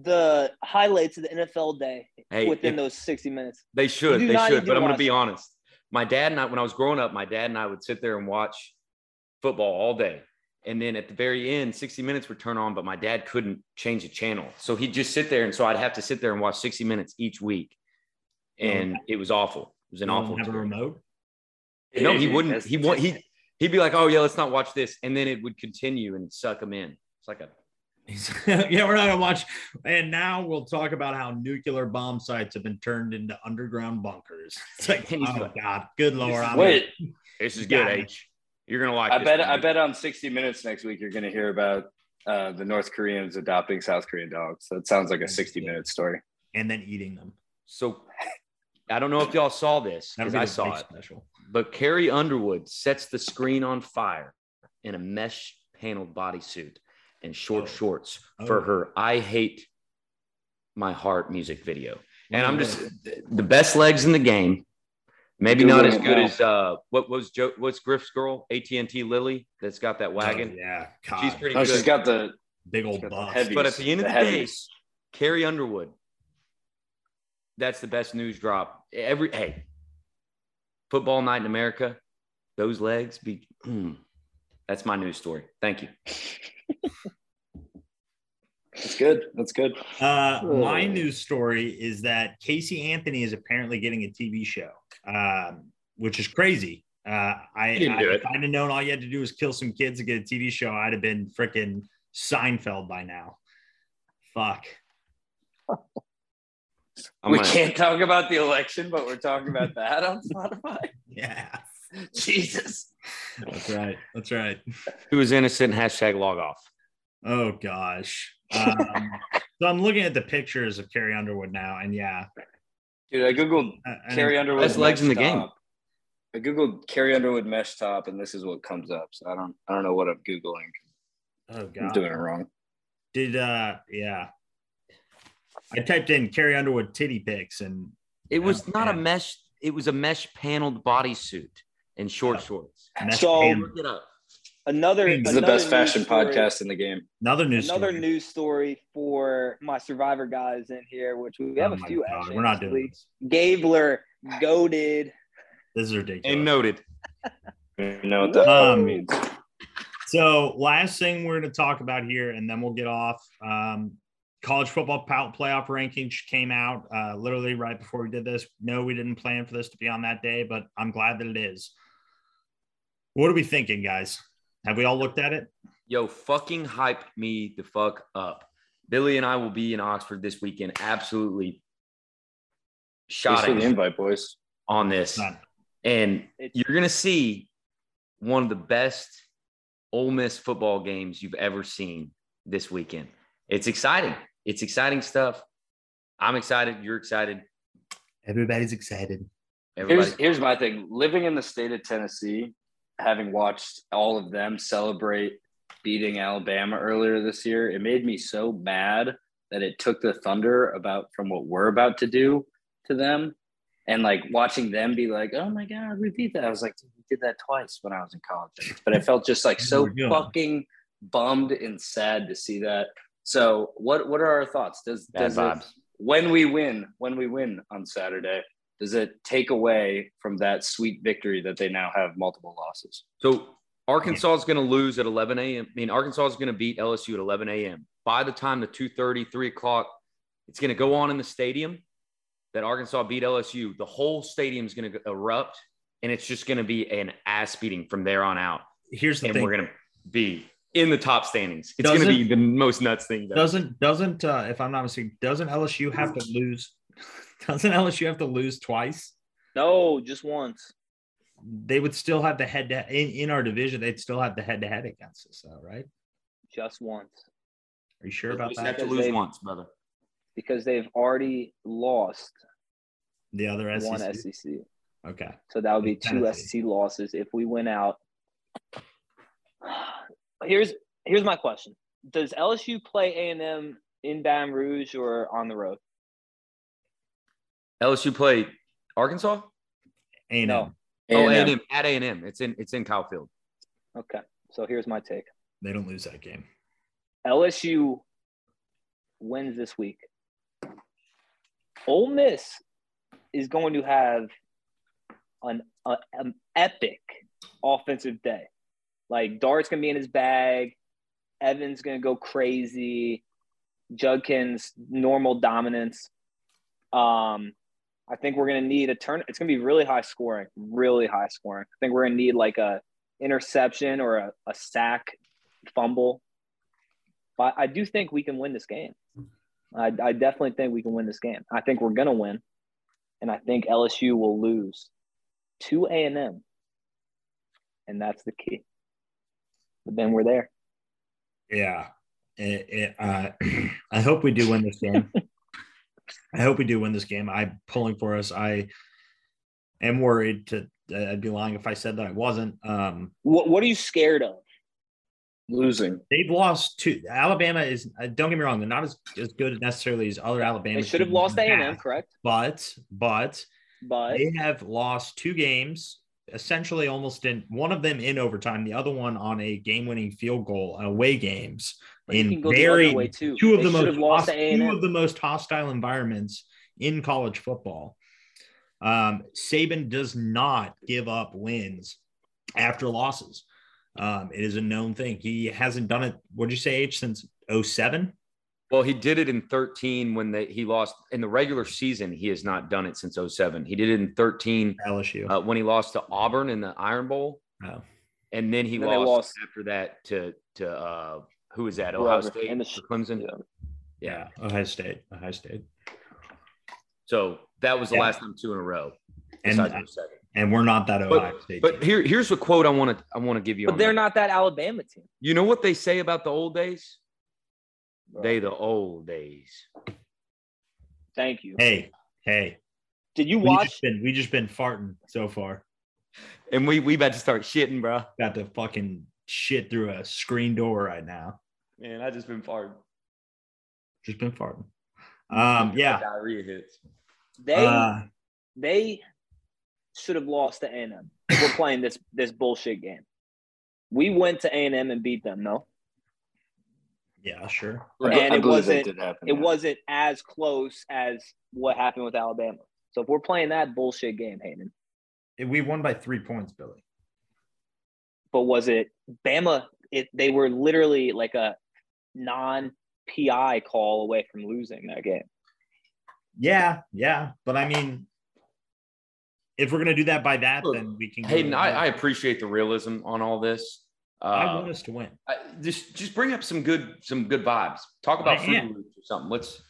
Speaker 4: the highlights of the NFL day
Speaker 3: Hey,
Speaker 4: within
Speaker 3: if-
Speaker 4: those 60 minutes.
Speaker 3: They should.
Speaker 4: do
Speaker 3: They
Speaker 4: not
Speaker 3: should.
Speaker 4: need
Speaker 3: But
Speaker 4: to
Speaker 3: I'm going to
Speaker 4: watch
Speaker 3: be
Speaker 4: it.
Speaker 3: honest. My dad and I, when I was growing up, my dad and I would sit there and watch football all day. And then at the very end, 60 Minutes would turn on, but my dad couldn't change the channel. So he'd just sit there. And so I'd have to sit there and watch 60 Minutes each week. And it was awful. It was an
Speaker 1: You don't
Speaker 3: awful
Speaker 1: have a
Speaker 3: experience.
Speaker 1: remote.
Speaker 3: No, he
Speaker 2: Dude,
Speaker 3: wouldn't.
Speaker 2: that's-
Speaker 3: He would he he'd be like, "Oh yeah, let's not watch this," and then it would continue and suck him in. It's like a
Speaker 1: He's- yeah, we're not gonna watch. And now we'll talk about how nuclear bomb sites have been turned into underground bunkers. It's like,
Speaker 3: And he's
Speaker 1: oh
Speaker 3: like-
Speaker 1: God, good lord. I'm-
Speaker 2: Wait,
Speaker 3: this is
Speaker 1: good,
Speaker 3: good,
Speaker 1: H.
Speaker 3: H. You're gonna like.
Speaker 2: I bet. I bet on 60 Minutes next week you're going to hear about uh, the North Koreans adopting South Korean dogs. That sounds like a 60 minute story.
Speaker 1: And then eating them.
Speaker 3: So I don't know if y'all saw this
Speaker 1: That'd
Speaker 3: because
Speaker 1: be
Speaker 3: I
Speaker 1: the
Speaker 3: saw
Speaker 1: big
Speaker 3: it,
Speaker 1: Special.
Speaker 3: but Carrie Underwood sets the screen on fire in a mesh paneled bodysuit and short
Speaker 1: Oh.
Speaker 3: shorts
Speaker 1: Oh.
Speaker 3: for her "I Hate My Heart" music video. And I'm just the best legs in the game. Maybe
Speaker 2: Good
Speaker 3: not
Speaker 2: one.
Speaker 3: as good
Speaker 2: Wow.
Speaker 3: as uh, what was Joe, what's Griff's girl, AT and T Lily, that's got that wagon.
Speaker 1: Oh, yeah, God,
Speaker 3: She's pretty
Speaker 2: Oh,
Speaker 3: good.
Speaker 2: she's got the
Speaker 1: big
Speaker 2: she's
Speaker 1: old
Speaker 2: got the
Speaker 1: bus.
Speaker 2: heavies,
Speaker 3: but at the end of the, day,
Speaker 2: heavies.
Speaker 3: Carrie Underwood. That's the best news drop. Every hey, football night in America, those legs be. mm. that's my news story. Thank you.
Speaker 2: that's good. That's good.
Speaker 1: Uh, my
Speaker 4: Oh.
Speaker 1: news story is that Casey Anthony is apparently getting a TV show, um, which is crazy. Uh, I,
Speaker 3: He didn't
Speaker 1: I
Speaker 3: do it.
Speaker 1: if I'd have known all you had to do was kill some kids to get a TV show. I'd have been freaking Seinfeld by now. Fuck.
Speaker 3: I'm
Speaker 2: we
Speaker 3: gonna-
Speaker 2: can't talk about the election, but we're talking about that on Spotify.
Speaker 1: Yeah,
Speaker 2: Jesus.
Speaker 1: that's right. That's right.
Speaker 3: Who is innocent? Hashtag log off.
Speaker 1: Oh gosh. Um, so I'm looking at the pictures of Carrie Underwood now, and yeah,
Speaker 2: Dude, I googled
Speaker 1: I- I-
Speaker 2: Carrie Underwood.
Speaker 3: Best legs in the game.
Speaker 2: I googled Carrie Underwood mesh top, and this is what comes up. So I don't, I don't know what I'm googling.
Speaker 1: Oh
Speaker 2: I'm
Speaker 1: god.
Speaker 2: doing it wrong.
Speaker 1: Did uh, yeah. I typed in Carrie Underwood titty pics, and
Speaker 3: It was
Speaker 1: Yeah.
Speaker 3: not a
Speaker 1: Yeah.
Speaker 3: mesh. It was a mesh paneled bodysuit and short
Speaker 1: Yeah.
Speaker 3: shorts.
Speaker 1: Mesh
Speaker 4: So-
Speaker 1: Pan.
Speaker 3: Look it up.
Speaker 4: Another
Speaker 1: This
Speaker 2: This is the
Speaker 4: another
Speaker 2: best
Speaker 4: news
Speaker 2: fashion
Speaker 4: story-
Speaker 2: podcast in the game.
Speaker 1: another news
Speaker 4: Another
Speaker 1: story.
Speaker 4: news story for my Survivor guys in here, which we have
Speaker 1: Oh
Speaker 4: a
Speaker 1: my
Speaker 4: few.
Speaker 1: God,
Speaker 4: actually
Speaker 1: We're not
Speaker 4: this
Speaker 1: doing
Speaker 4: week.
Speaker 1: this.
Speaker 4: Gabler goaded.
Speaker 1: This is ridiculous.
Speaker 3: And noted.
Speaker 2: You know what that
Speaker 1: Um,
Speaker 2: means?
Speaker 1: So, last thing we're going to talk about here, and then we'll get off. Um, college football pow- playoff rankings came out uh, literally right before we did this. No, we didn't plan for this to be on that day, but I'm glad that it is. What are we thinking, guys? Have we all looked at it?
Speaker 3: Yo, fucking hype me the fuck up. Billy and I will be in Oxford this weekend. Absolutely
Speaker 2: Thanks
Speaker 3: shot
Speaker 2: for
Speaker 3: at.
Speaker 2: the invite, boys.
Speaker 3: on this.
Speaker 1: None.
Speaker 3: And
Speaker 4: It's-
Speaker 3: you're going to see one of the best Ole Miss football games you've ever seen this weekend. It's exciting. It's exciting stuff. I'm excited. You're excited.
Speaker 8: Everybody's excited.
Speaker 3: Everybody.
Speaker 2: Here's here's my thing. Living in the state of Tennessee, having watched all of them celebrate beating Alabama earlier this year, it made me so mad that it took the thunder about from what we're about to do to them. And like watching them be like, oh my God, we beat that. I was like, we did that twice when I was in college. But I felt just like so
Speaker 1: We're good.
Speaker 2: fucking bummed and sad to see that. So what what are our thoughts? Does
Speaker 3: Bad
Speaker 2: does it-
Speaker 3: vibes.
Speaker 2: when we win, when we win on Saturday, does it take away from that sweet victory that they now have multiple losses?
Speaker 3: So Arkansas is going to lose at 11 a.m. I mean, Arkansas is going to beat LSU at 11 a.m. By the time the 2:30, 3 o'clock, it's going to go on in the stadium that Arkansas beat LSU. The whole stadium is going to erupt, and it's just going to be an ass beating from there on out.
Speaker 1: Here's the
Speaker 3: And
Speaker 1: thing.
Speaker 3: we're going to be in the top standings. It's going
Speaker 1: Doesn't-
Speaker 3: to be the most nuts thing. Though.
Speaker 1: doesn't doesn't uh, if I'm not mistaken, doesn't LSU have to lose? Doesn't LSU have to lose twice?
Speaker 4: No, just once.
Speaker 1: They would still have the head to in, in our division. They'd still have the head to head against us, though, right?
Speaker 4: Just once.
Speaker 1: Are you sure
Speaker 3: You
Speaker 1: about
Speaker 3: just have
Speaker 1: that?
Speaker 3: to lose once, brother.
Speaker 4: Because they've already lost
Speaker 1: The other SEC.
Speaker 4: one E SEC.
Speaker 1: Okay.
Speaker 4: So that would be two
Speaker 1: Tennessee.
Speaker 4: SEC losses if we win out. Here's here's my question: Does LSU play A and M in Baton Rouge or on the road?
Speaker 3: LSU played Arkansas.
Speaker 1: A&M.
Speaker 4: No.
Speaker 3: Oh,
Speaker 2: A&M.
Speaker 3: A&M at A&M. It's in it's in Kyle Field.
Speaker 4: Okay, so here's my take:
Speaker 1: They don't lose that game.
Speaker 4: LSU wins this week. Ole Miss is going to have an, a- an epic offensive day. Like Dart's gonna be in his bag. Evans gonna go crazy. Judkins normal dominance. Um, I think we're gonna need a turn. It's gonna be really high scoring, really high scoring. I think we're gonna need like a interception or a, a sack, fumble. But I do think we can win this game. I, I definitely think we can win this game. I think we're gonna win, and I think LSU will lose to A and M, and that's the key. But then we're there.
Speaker 1: Yeah. It- it, uh, I hope we do win this game. I hope we do win this game. I'm pulling for us. I am worried to. I'd be lying if I said that I wasn't. Um,
Speaker 4: What What are you scared of?
Speaker 2: losing.
Speaker 1: They've lost two. Alabama is uh, don't get me wrong; they're not as, as good necessarily as other Alabama.
Speaker 4: They should have
Speaker 1: teams
Speaker 4: lost
Speaker 1: in
Speaker 4: A
Speaker 1: the
Speaker 4: and M,
Speaker 1: past,
Speaker 4: correct?
Speaker 1: but but
Speaker 4: But
Speaker 1: they have lost two games, essentially almost in one of them in overtime, the other one on a game-winning field goal away games
Speaker 4: you
Speaker 1: in
Speaker 4: can go the
Speaker 1: very
Speaker 4: other way too.
Speaker 1: two of
Speaker 4: they
Speaker 1: the
Speaker 4: should
Speaker 1: most
Speaker 4: have lost
Speaker 1: hos-
Speaker 4: to A and
Speaker 1: two of
Speaker 4: M.
Speaker 1: the most hostile environments in college football. Um, Saban does not give up wins after losses. Um, it is a known thing. He hasn't done it. What'd you say, H? Since 07?
Speaker 3: Well, he did it in 13 when they, he lost in the regular season. He has not done it since 07. He did it in 13
Speaker 1: LSU.
Speaker 3: uh, when he lost to Auburn in the Iron Bowl.
Speaker 1: Oh.
Speaker 3: And then he
Speaker 4: Then they
Speaker 3: lost,
Speaker 4: lost.
Speaker 3: after that to, to uh, who was that? Ohio
Speaker 4: Whoever.
Speaker 3: State
Speaker 4: And the-
Speaker 3: or Clemson.
Speaker 4: yeah.
Speaker 1: yeah, Ohio State. Ohio State.
Speaker 3: So that was the
Speaker 1: Yeah.
Speaker 3: last time two in a row.
Speaker 1: And
Speaker 3: besides 07.
Speaker 1: and we're not that Ohio State.
Speaker 3: But
Speaker 1: team.
Speaker 3: here, here's a quote I want to I want to give you.
Speaker 4: But
Speaker 3: on
Speaker 4: they're
Speaker 3: that.
Speaker 4: not that Alabama team.
Speaker 3: You know what they say about the old days?
Speaker 4: bro.
Speaker 3: They the old days.
Speaker 4: Thank you.
Speaker 1: hey, hey,
Speaker 4: Did you
Speaker 1: we
Speaker 4: watch?
Speaker 1: just been we just been farting so far.
Speaker 3: And we we about to start shitting, bro.
Speaker 1: Got to fucking shit through a screen door right now.
Speaker 3: Man, I just been farting.
Speaker 1: Just been farting. Um, yeah.
Speaker 3: Diarrhea hits.
Speaker 4: They
Speaker 1: Uh,
Speaker 4: they should have lost to A&M. if We're playing this this bullshit game. We went to A&M and beat them. No,
Speaker 1: yeah, sure.
Speaker 4: And it wasn't-
Speaker 2: happen.
Speaker 4: it wasn't as close as what happened with Alabama. So if we're playing that bullshit game, Hayden,
Speaker 1: We won by three points, Billy.
Speaker 4: but was it Bama? It they were literally like a non PI call away from losing that game.
Speaker 1: Yeah, yeah. But I mean, if we're gonna do that by that, then we can. go
Speaker 3: Hayden,
Speaker 1: to-
Speaker 3: I, I appreciate the realism on all this.
Speaker 1: I
Speaker 3: Uh,
Speaker 1: want us to win.
Speaker 3: I, just just bring up some good some good vibes. Talk about
Speaker 1: I
Speaker 3: Fruit
Speaker 1: am.
Speaker 3: Loops or something. Let's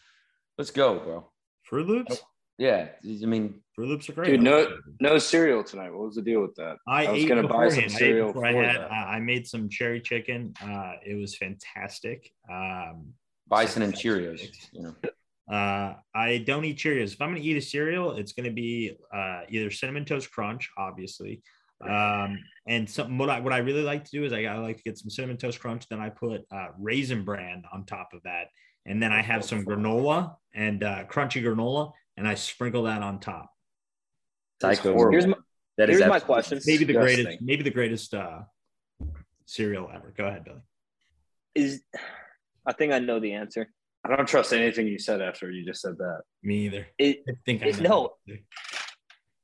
Speaker 3: let's go, bro.
Speaker 1: Fruit Loops.
Speaker 3: Yeah, I mean,
Speaker 1: Fruit Loops are great.
Speaker 2: Dude, no, no cereal tonight. What was the deal with that?
Speaker 1: I,
Speaker 2: I was
Speaker 1: ate
Speaker 2: gonna buy some
Speaker 1: beforehand. I ate
Speaker 2: cereal
Speaker 1: before I,
Speaker 2: for
Speaker 1: had,
Speaker 2: that.
Speaker 1: I I made some cherry chicken. Uh, it was fantastic. Um,
Speaker 3: bison and Cheerios. You know,
Speaker 1: uh, I don't eat Cheerios. If I'm going to eat a cereal, it's going to be uh, either cinnamon toast crunch, obviously. Um, and some what I what I really like to do is I, I like to get some cinnamon toast crunch. Then I put uh, raisin bran on top of that, and then I have some granola and uh, crunchy granola, and I sprinkle that on top.
Speaker 2: That's
Speaker 3: Psycho.
Speaker 2: horrible.
Speaker 4: Here's my,
Speaker 3: that is
Speaker 4: here's my
Speaker 3: absolutely-
Speaker 4: question.
Speaker 1: Maybe the
Speaker 2: Disgusting.
Speaker 1: greatest, maybe the greatest uh, cereal ever. Go ahead, Billy.
Speaker 4: Is I think I know the answer.
Speaker 2: I don't trust anything you said after you just said that.
Speaker 1: Me either.
Speaker 4: It,
Speaker 1: I think I know.
Speaker 4: No.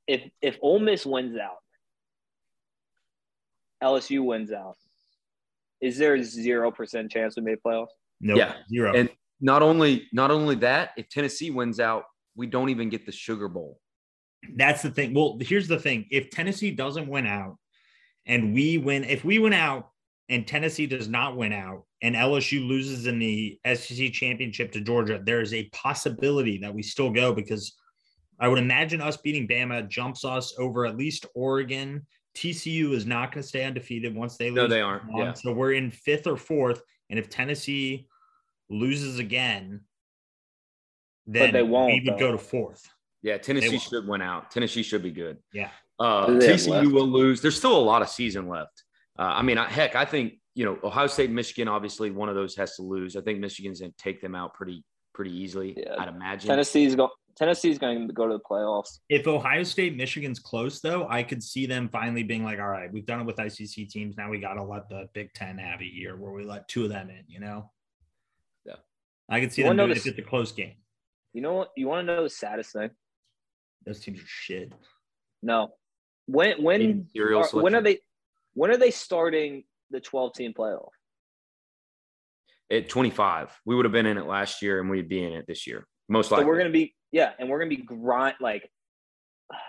Speaker 4: if if Ole Miss wins out, LSU wins out. Is there a zero percent chance we made playoffs?
Speaker 1: Nope,
Speaker 3: Yeah.
Speaker 1: zero.
Speaker 3: And not only not only that, if Tennessee wins out, we don't even get the Sugar Bowl.
Speaker 1: That's the thing. Well, here's the thing. If Tennessee doesn't win out and we win, if we win out and Tennessee does not win out and LSU loses in the SEC championship to Georgia, there is a possibility that we still go because I would imagine us beating Bama jumps us over at least Oregon. TCU is not going to stay undefeated once they lose.
Speaker 3: No, they aren't.
Speaker 1: on.
Speaker 3: Yeah.
Speaker 1: Um, So we're in fifth or fourth. And if Tennessee loses again, then
Speaker 4: they won't,
Speaker 1: we would
Speaker 4: though.
Speaker 1: go to fourth.
Speaker 3: Yeah, Tennessee
Speaker 1: won.
Speaker 3: should win out. Tennessee should be good.
Speaker 1: Yeah.
Speaker 3: Uh,
Speaker 2: Who do they have left?
Speaker 3: TCU will lose. There's still a lot of season left. Uh, I mean, I, heck, I think you know Ohio State, Michigan. Obviously, one of those has to lose. I think Michigan's going to take them out pretty pretty easily.
Speaker 4: Yeah.
Speaker 3: I'd imagine.
Speaker 4: Tennessee's go Tennessee's going to go to the playoffs.
Speaker 1: If Ohio State, Michigan's close, though, I could see them finally being like, all right, we've done it with ICC teams. Now we got to let the Big Ten have a year where we let two of them in, you know?
Speaker 3: Yeah.
Speaker 1: I could see
Speaker 4: You
Speaker 1: them
Speaker 4: wanna
Speaker 1: doing it
Speaker 4: notice-
Speaker 1: if it's a close game.
Speaker 4: You know what? You want to know the saddest thing?
Speaker 1: Those teams are shit.
Speaker 4: No. When when are,
Speaker 3: Material
Speaker 4: when
Speaker 3: selection.
Speaker 4: are they when are they starting the twelve team playoff?
Speaker 3: at 25. We would have been in it last year, and we'd be in it this year, most
Speaker 4: So
Speaker 3: likely.
Speaker 4: we're gonna be yeah, and we're gonna be grind like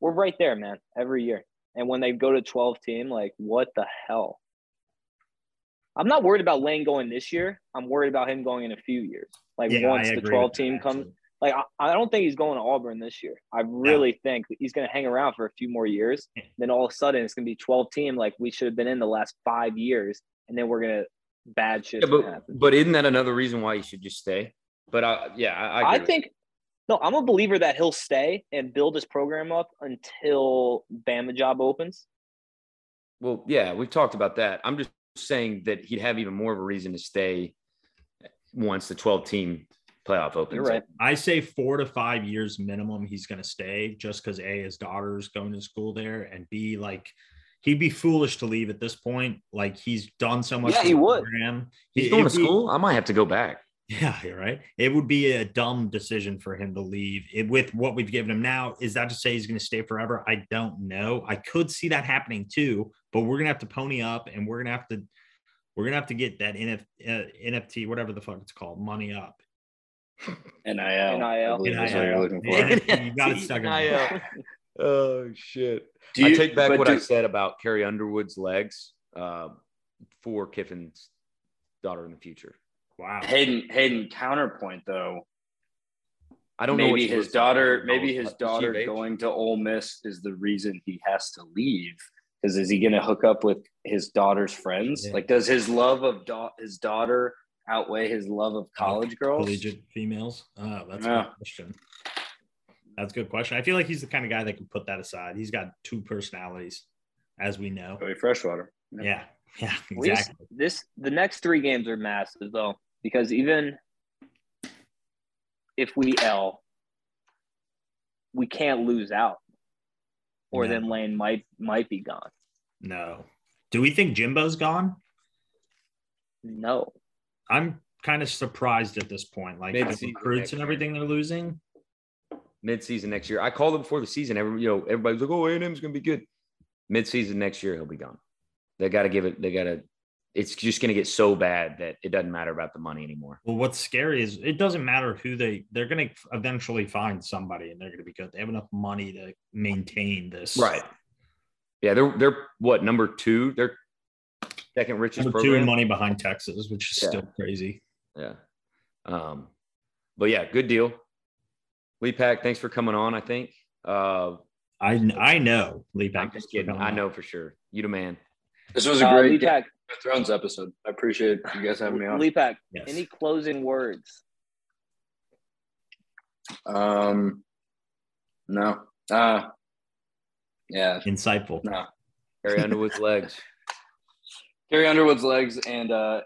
Speaker 4: we're right there, man, every year. And when they go to twelve team, like what the hell? I'm not worried about Lane going this year. I'm worried about him going in a few years. Like
Speaker 1: Yeah,
Speaker 4: once
Speaker 1: I
Speaker 4: the
Speaker 1: agree
Speaker 4: twelve
Speaker 1: with
Speaker 4: team
Speaker 1: that,
Speaker 4: comes,
Speaker 1: actually.
Speaker 4: like I, I don't think he's going to Auburn this year. I really think that he's going to hang around for a few more years.
Speaker 1: Yeah.
Speaker 4: Then all of a sudden, it's going to be twelve team. Like we should have been in the last five years, and then we're gonna bad shit
Speaker 3: Yeah,
Speaker 4: happen.
Speaker 3: but, but isn't that another reason why you should just stay? But I, yeah, I, I,
Speaker 4: I
Speaker 3: agree with
Speaker 4: think no, I'm a believer that he'll stay and build his program up until Bama job opens.
Speaker 3: Well, yeah, we've talked about that. I'm just saying that he'd have even more of a reason to stay once the 12 team playoff opens.
Speaker 4: You're right.
Speaker 1: I say four to five years minimum he's going to stay just because A, his daughter's going to school there, and B, like, he'd be foolish to leave at this point. Like, he's done so much.
Speaker 4: Yeah,
Speaker 1: for
Speaker 4: he
Speaker 1: the
Speaker 4: would.
Speaker 1: program.
Speaker 3: He's
Speaker 1: It-
Speaker 3: going to
Speaker 1: it'd be-
Speaker 3: school. I might have to go back.
Speaker 1: Yeah, you're right. It would be a dumb decision for him to leave it, with what we've given him now. Is that to say he's going to stay forever? I don't know. I could see that happening too, but we're going to have to pony up and we're going to have to we're going to have to get that NF, uh, NFT whatever the fuck it's called money up.
Speaker 2: NIL.
Speaker 4: NIL.
Speaker 2: I believe is what
Speaker 1: NIL.
Speaker 2: you're looking for.
Speaker 1: Yeah. You got it stuck in
Speaker 4: uh,
Speaker 1: there.
Speaker 3: oh, shit.
Speaker 2: Do you-
Speaker 3: I take back
Speaker 2: but
Speaker 3: what I
Speaker 2: do-
Speaker 3: said about Carrie Underwood's legs uh, for Kiffin's daughter in the future.
Speaker 1: Wow.
Speaker 2: Hayden, Hayden, counterpoint though.
Speaker 3: I don't know.
Speaker 2: maybe
Speaker 3: what she
Speaker 2: his
Speaker 3: looks like.
Speaker 2: daughter,
Speaker 3: Is
Speaker 2: maybe
Speaker 3: she
Speaker 2: his
Speaker 3: of
Speaker 2: daughter
Speaker 3: age?
Speaker 2: going to Ole Miss is the reason he has to leave. Because is he going to hook up with his daughter's friends?
Speaker 1: Yeah.
Speaker 2: Like, does his love of da- his daughter outweigh his love of college girls?
Speaker 1: Collegiate females. Uh, that's a
Speaker 2: Yeah.
Speaker 1: good question. That's a good question. I feel like he's the kind of guy that can put that aside. He's got two personalities, as we know.
Speaker 2: Joey Freshwater.
Speaker 1: Yeah. Yeah.
Speaker 4: We just-
Speaker 1: Exactly.
Speaker 4: This the next three games are massive though, because even if we L, we can't lose out, or
Speaker 1: No.
Speaker 4: then Lane might might be gone.
Speaker 1: No. Do we think Jimbo's gone?
Speaker 4: No,
Speaker 1: I'm kind of surprised at this point. Like
Speaker 3: Maybe
Speaker 1: the
Speaker 3: season
Speaker 1: recruits
Speaker 3: next
Speaker 1: and
Speaker 3: year.
Speaker 1: everything they're losing.
Speaker 3: mid-season next year. I called it before the season. Every you know, everybody's like, "Oh, A and M's going to be good." Mid-season next year, he'll be gone. They got to give it. They got to. It's just going to get so bad that it doesn't matter about the money anymore.
Speaker 1: Well, what's scary is it doesn't matter who they they're going to eventually find somebody and they're going to be good. They have enough money to maintain this.
Speaker 3: Yeah, they're they're what number two? They're second richest
Speaker 1: Number two
Speaker 3: program.
Speaker 1: in money behind Texas, which is
Speaker 3: Yeah.
Speaker 1: still crazy.
Speaker 3: Yeah. Um, but yeah, good deal. Lee Pack, thanks for coming on. I think. Uh,
Speaker 1: I I know Lee Pack.
Speaker 3: I'm just kidding. I know for sure. You the man.
Speaker 2: This was a
Speaker 4: Uh,
Speaker 2: great
Speaker 4: Lee
Speaker 2: Game
Speaker 4: Pack,
Speaker 2: of Thrones episode. I appreciate you guys having me on.
Speaker 4: Lee Pack,
Speaker 1: Yes.
Speaker 4: any closing words?
Speaker 2: Um, no. Uh, yeah,
Speaker 1: Insightful.
Speaker 2: no.
Speaker 3: Harry Underwood's legs.
Speaker 2: Carrie Underwood's legs and uh,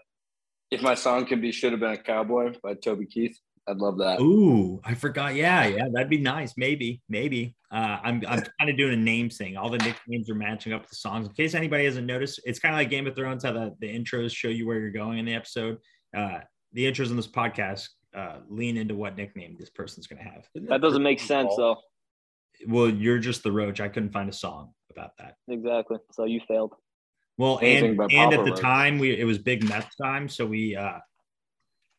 Speaker 2: if my song can be "Should Have Been a Cowboy" by Toby Keith, I'd love that.
Speaker 1: Ooh, I forgot. Yeah, yeah, that'd be nice. Maybe, maybe. Uh, I'm I'm kind of doing a name thing. All the nicknames are matching up with the songs. In case anybody hasn't noticed, it's kind of like Game of Thrones how the, the intros show you where you're going in the episode. Uh, the intros in this podcast uh, lean into what nickname this person's going to have.
Speaker 4: That doesn't make sense though.
Speaker 1: Well, you're just the roach. I couldn't find a song about that.
Speaker 4: Exactly. So you failed.
Speaker 1: Well,
Speaker 2: Anything
Speaker 1: and
Speaker 2: but
Speaker 1: and
Speaker 2: Papa
Speaker 1: at the
Speaker 2: Roach.
Speaker 1: time we it was big meth time, so we uh,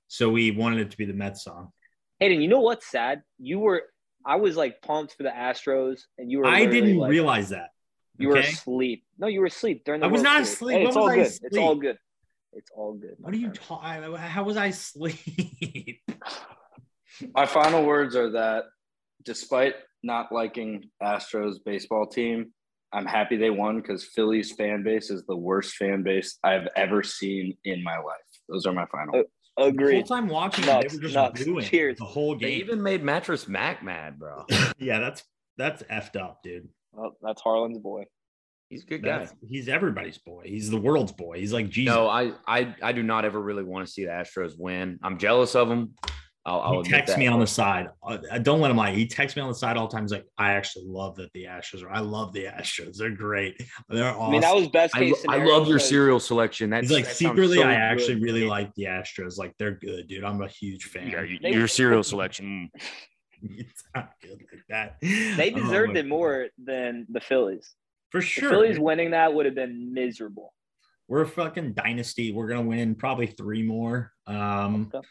Speaker 1: so we wanted it to be the Mets song.
Speaker 4: Hayden, you know what's sad? You were I was like pumped for the Astros, and you were.
Speaker 1: I
Speaker 4: literally,
Speaker 1: didn't
Speaker 4: like,
Speaker 1: realize that.
Speaker 4: you were
Speaker 1: okay?
Speaker 4: asleep. No, you were asleep during the.
Speaker 1: I was
Speaker 4: World
Speaker 1: not
Speaker 4: Series.
Speaker 1: asleep.
Speaker 4: Hey,
Speaker 1: When was
Speaker 4: it's all
Speaker 1: I
Speaker 4: good. It's
Speaker 1: asleep?
Speaker 4: all good. It's all good. my
Speaker 1: What are you
Speaker 4: friend.
Speaker 1: talking? How was I asleep?
Speaker 2: My final words are that, despite not liking Astros baseball team, I'm happy they won because Philly's fan base is the worst fan base I've ever seen in my life. Those are my final.
Speaker 1: The whole
Speaker 4: Agreed.
Speaker 1: time watching,
Speaker 4: Nuts,
Speaker 1: they were just
Speaker 4: nuts.
Speaker 1: doing
Speaker 4: Cheers.
Speaker 1: the whole
Speaker 3: They
Speaker 1: game.
Speaker 3: even made Mattress Mac mad, bro.
Speaker 1: yeah, that's that's effed up, dude.
Speaker 4: Oh, that's Harlan's boy.
Speaker 3: He's a good guy.
Speaker 1: That's, he's everybody's boy. He's the world's boy. He's like Jesus.
Speaker 3: No, I, I I do not ever really want to see the Astros win. I'm jealous of them. I'll, I'll
Speaker 1: he
Speaker 3: admit
Speaker 1: texts
Speaker 3: that.
Speaker 1: me on the side. Uh, I don't let him lie. He texts me on the side all the time. He's like, I actually love that the Astros are. I love the Astros. They're great. They're awesome.
Speaker 4: I mean, that was best
Speaker 3: I,
Speaker 4: case
Speaker 3: I
Speaker 4: scenario.
Speaker 3: love your
Speaker 4: because
Speaker 3: cereal selection. That's
Speaker 1: he's like
Speaker 3: that sounds
Speaker 1: secretly,
Speaker 3: so
Speaker 1: I
Speaker 3: good.
Speaker 1: actually really like the Astros. Like they're good, dude. I'm a huge fan.
Speaker 3: Yeah, you-
Speaker 4: They-
Speaker 3: your cereal selection.
Speaker 1: it's not good like that.
Speaker 4: They
Speaker 1: Oh
Speaker 4: deserved
Speaker 1: my
Speaker 4: it more than the Phillies.
Speaker 1: God. for
Speaker 4: The
Speaker 1: sure.
Speaker 4: Phillies
Speaker 1: dude.
Speaker 4: winning that would have been miserable.
Speaker 1: we're a fucking dynasty. We're gonna win probably three more. Um,
Speaker 4: Okay.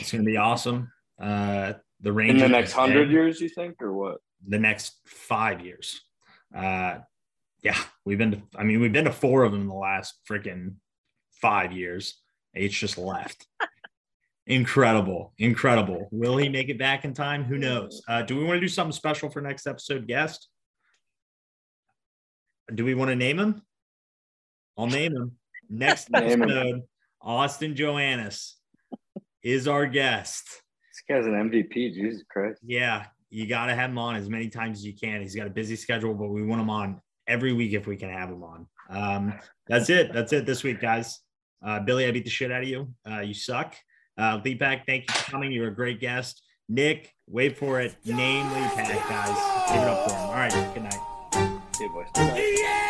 Speaker 1: it's gonna be awesome. Uh, the
Speaker 2: In
Speaker 1: Rangers
Speaker 2: the next
Speaker 1: are
Speaker 2: hundred
Speaker 1: dead.
Speaker 2: years, you think, or what?
Speaker 1: the next five years. Uh, yeah, we've been. To, I mean, we've been to four of them in the last freaking five years. Eight's just left. incredible, incredible. Will he make it back in time? Who knows? Uh, do we want to do something special for next episode guest? Do we want to name him? I'll name him. Next
Speaker 2: Name him.
Speaker 1: episode, Austin Joannis is our guest.
Speaker 2: This guy's an MVP. Jesus Christ.
Speaker 1: Yeah, you got to have him on as many times as you can. He's got a busy schedule, but we want him on every week if we can have him on. Um, that's it. That's it this week, guys. Uh, Billy, I beat the shit out of you. Uh, you suck. Uh, Lee Pack, thank you for coming. You're a great guest. Nick, wait for it. Name Lee Pack, guys. Give it up for him. All right. Good night.
Speaker 2: Hey, boys.
Speaker 6: Yeah.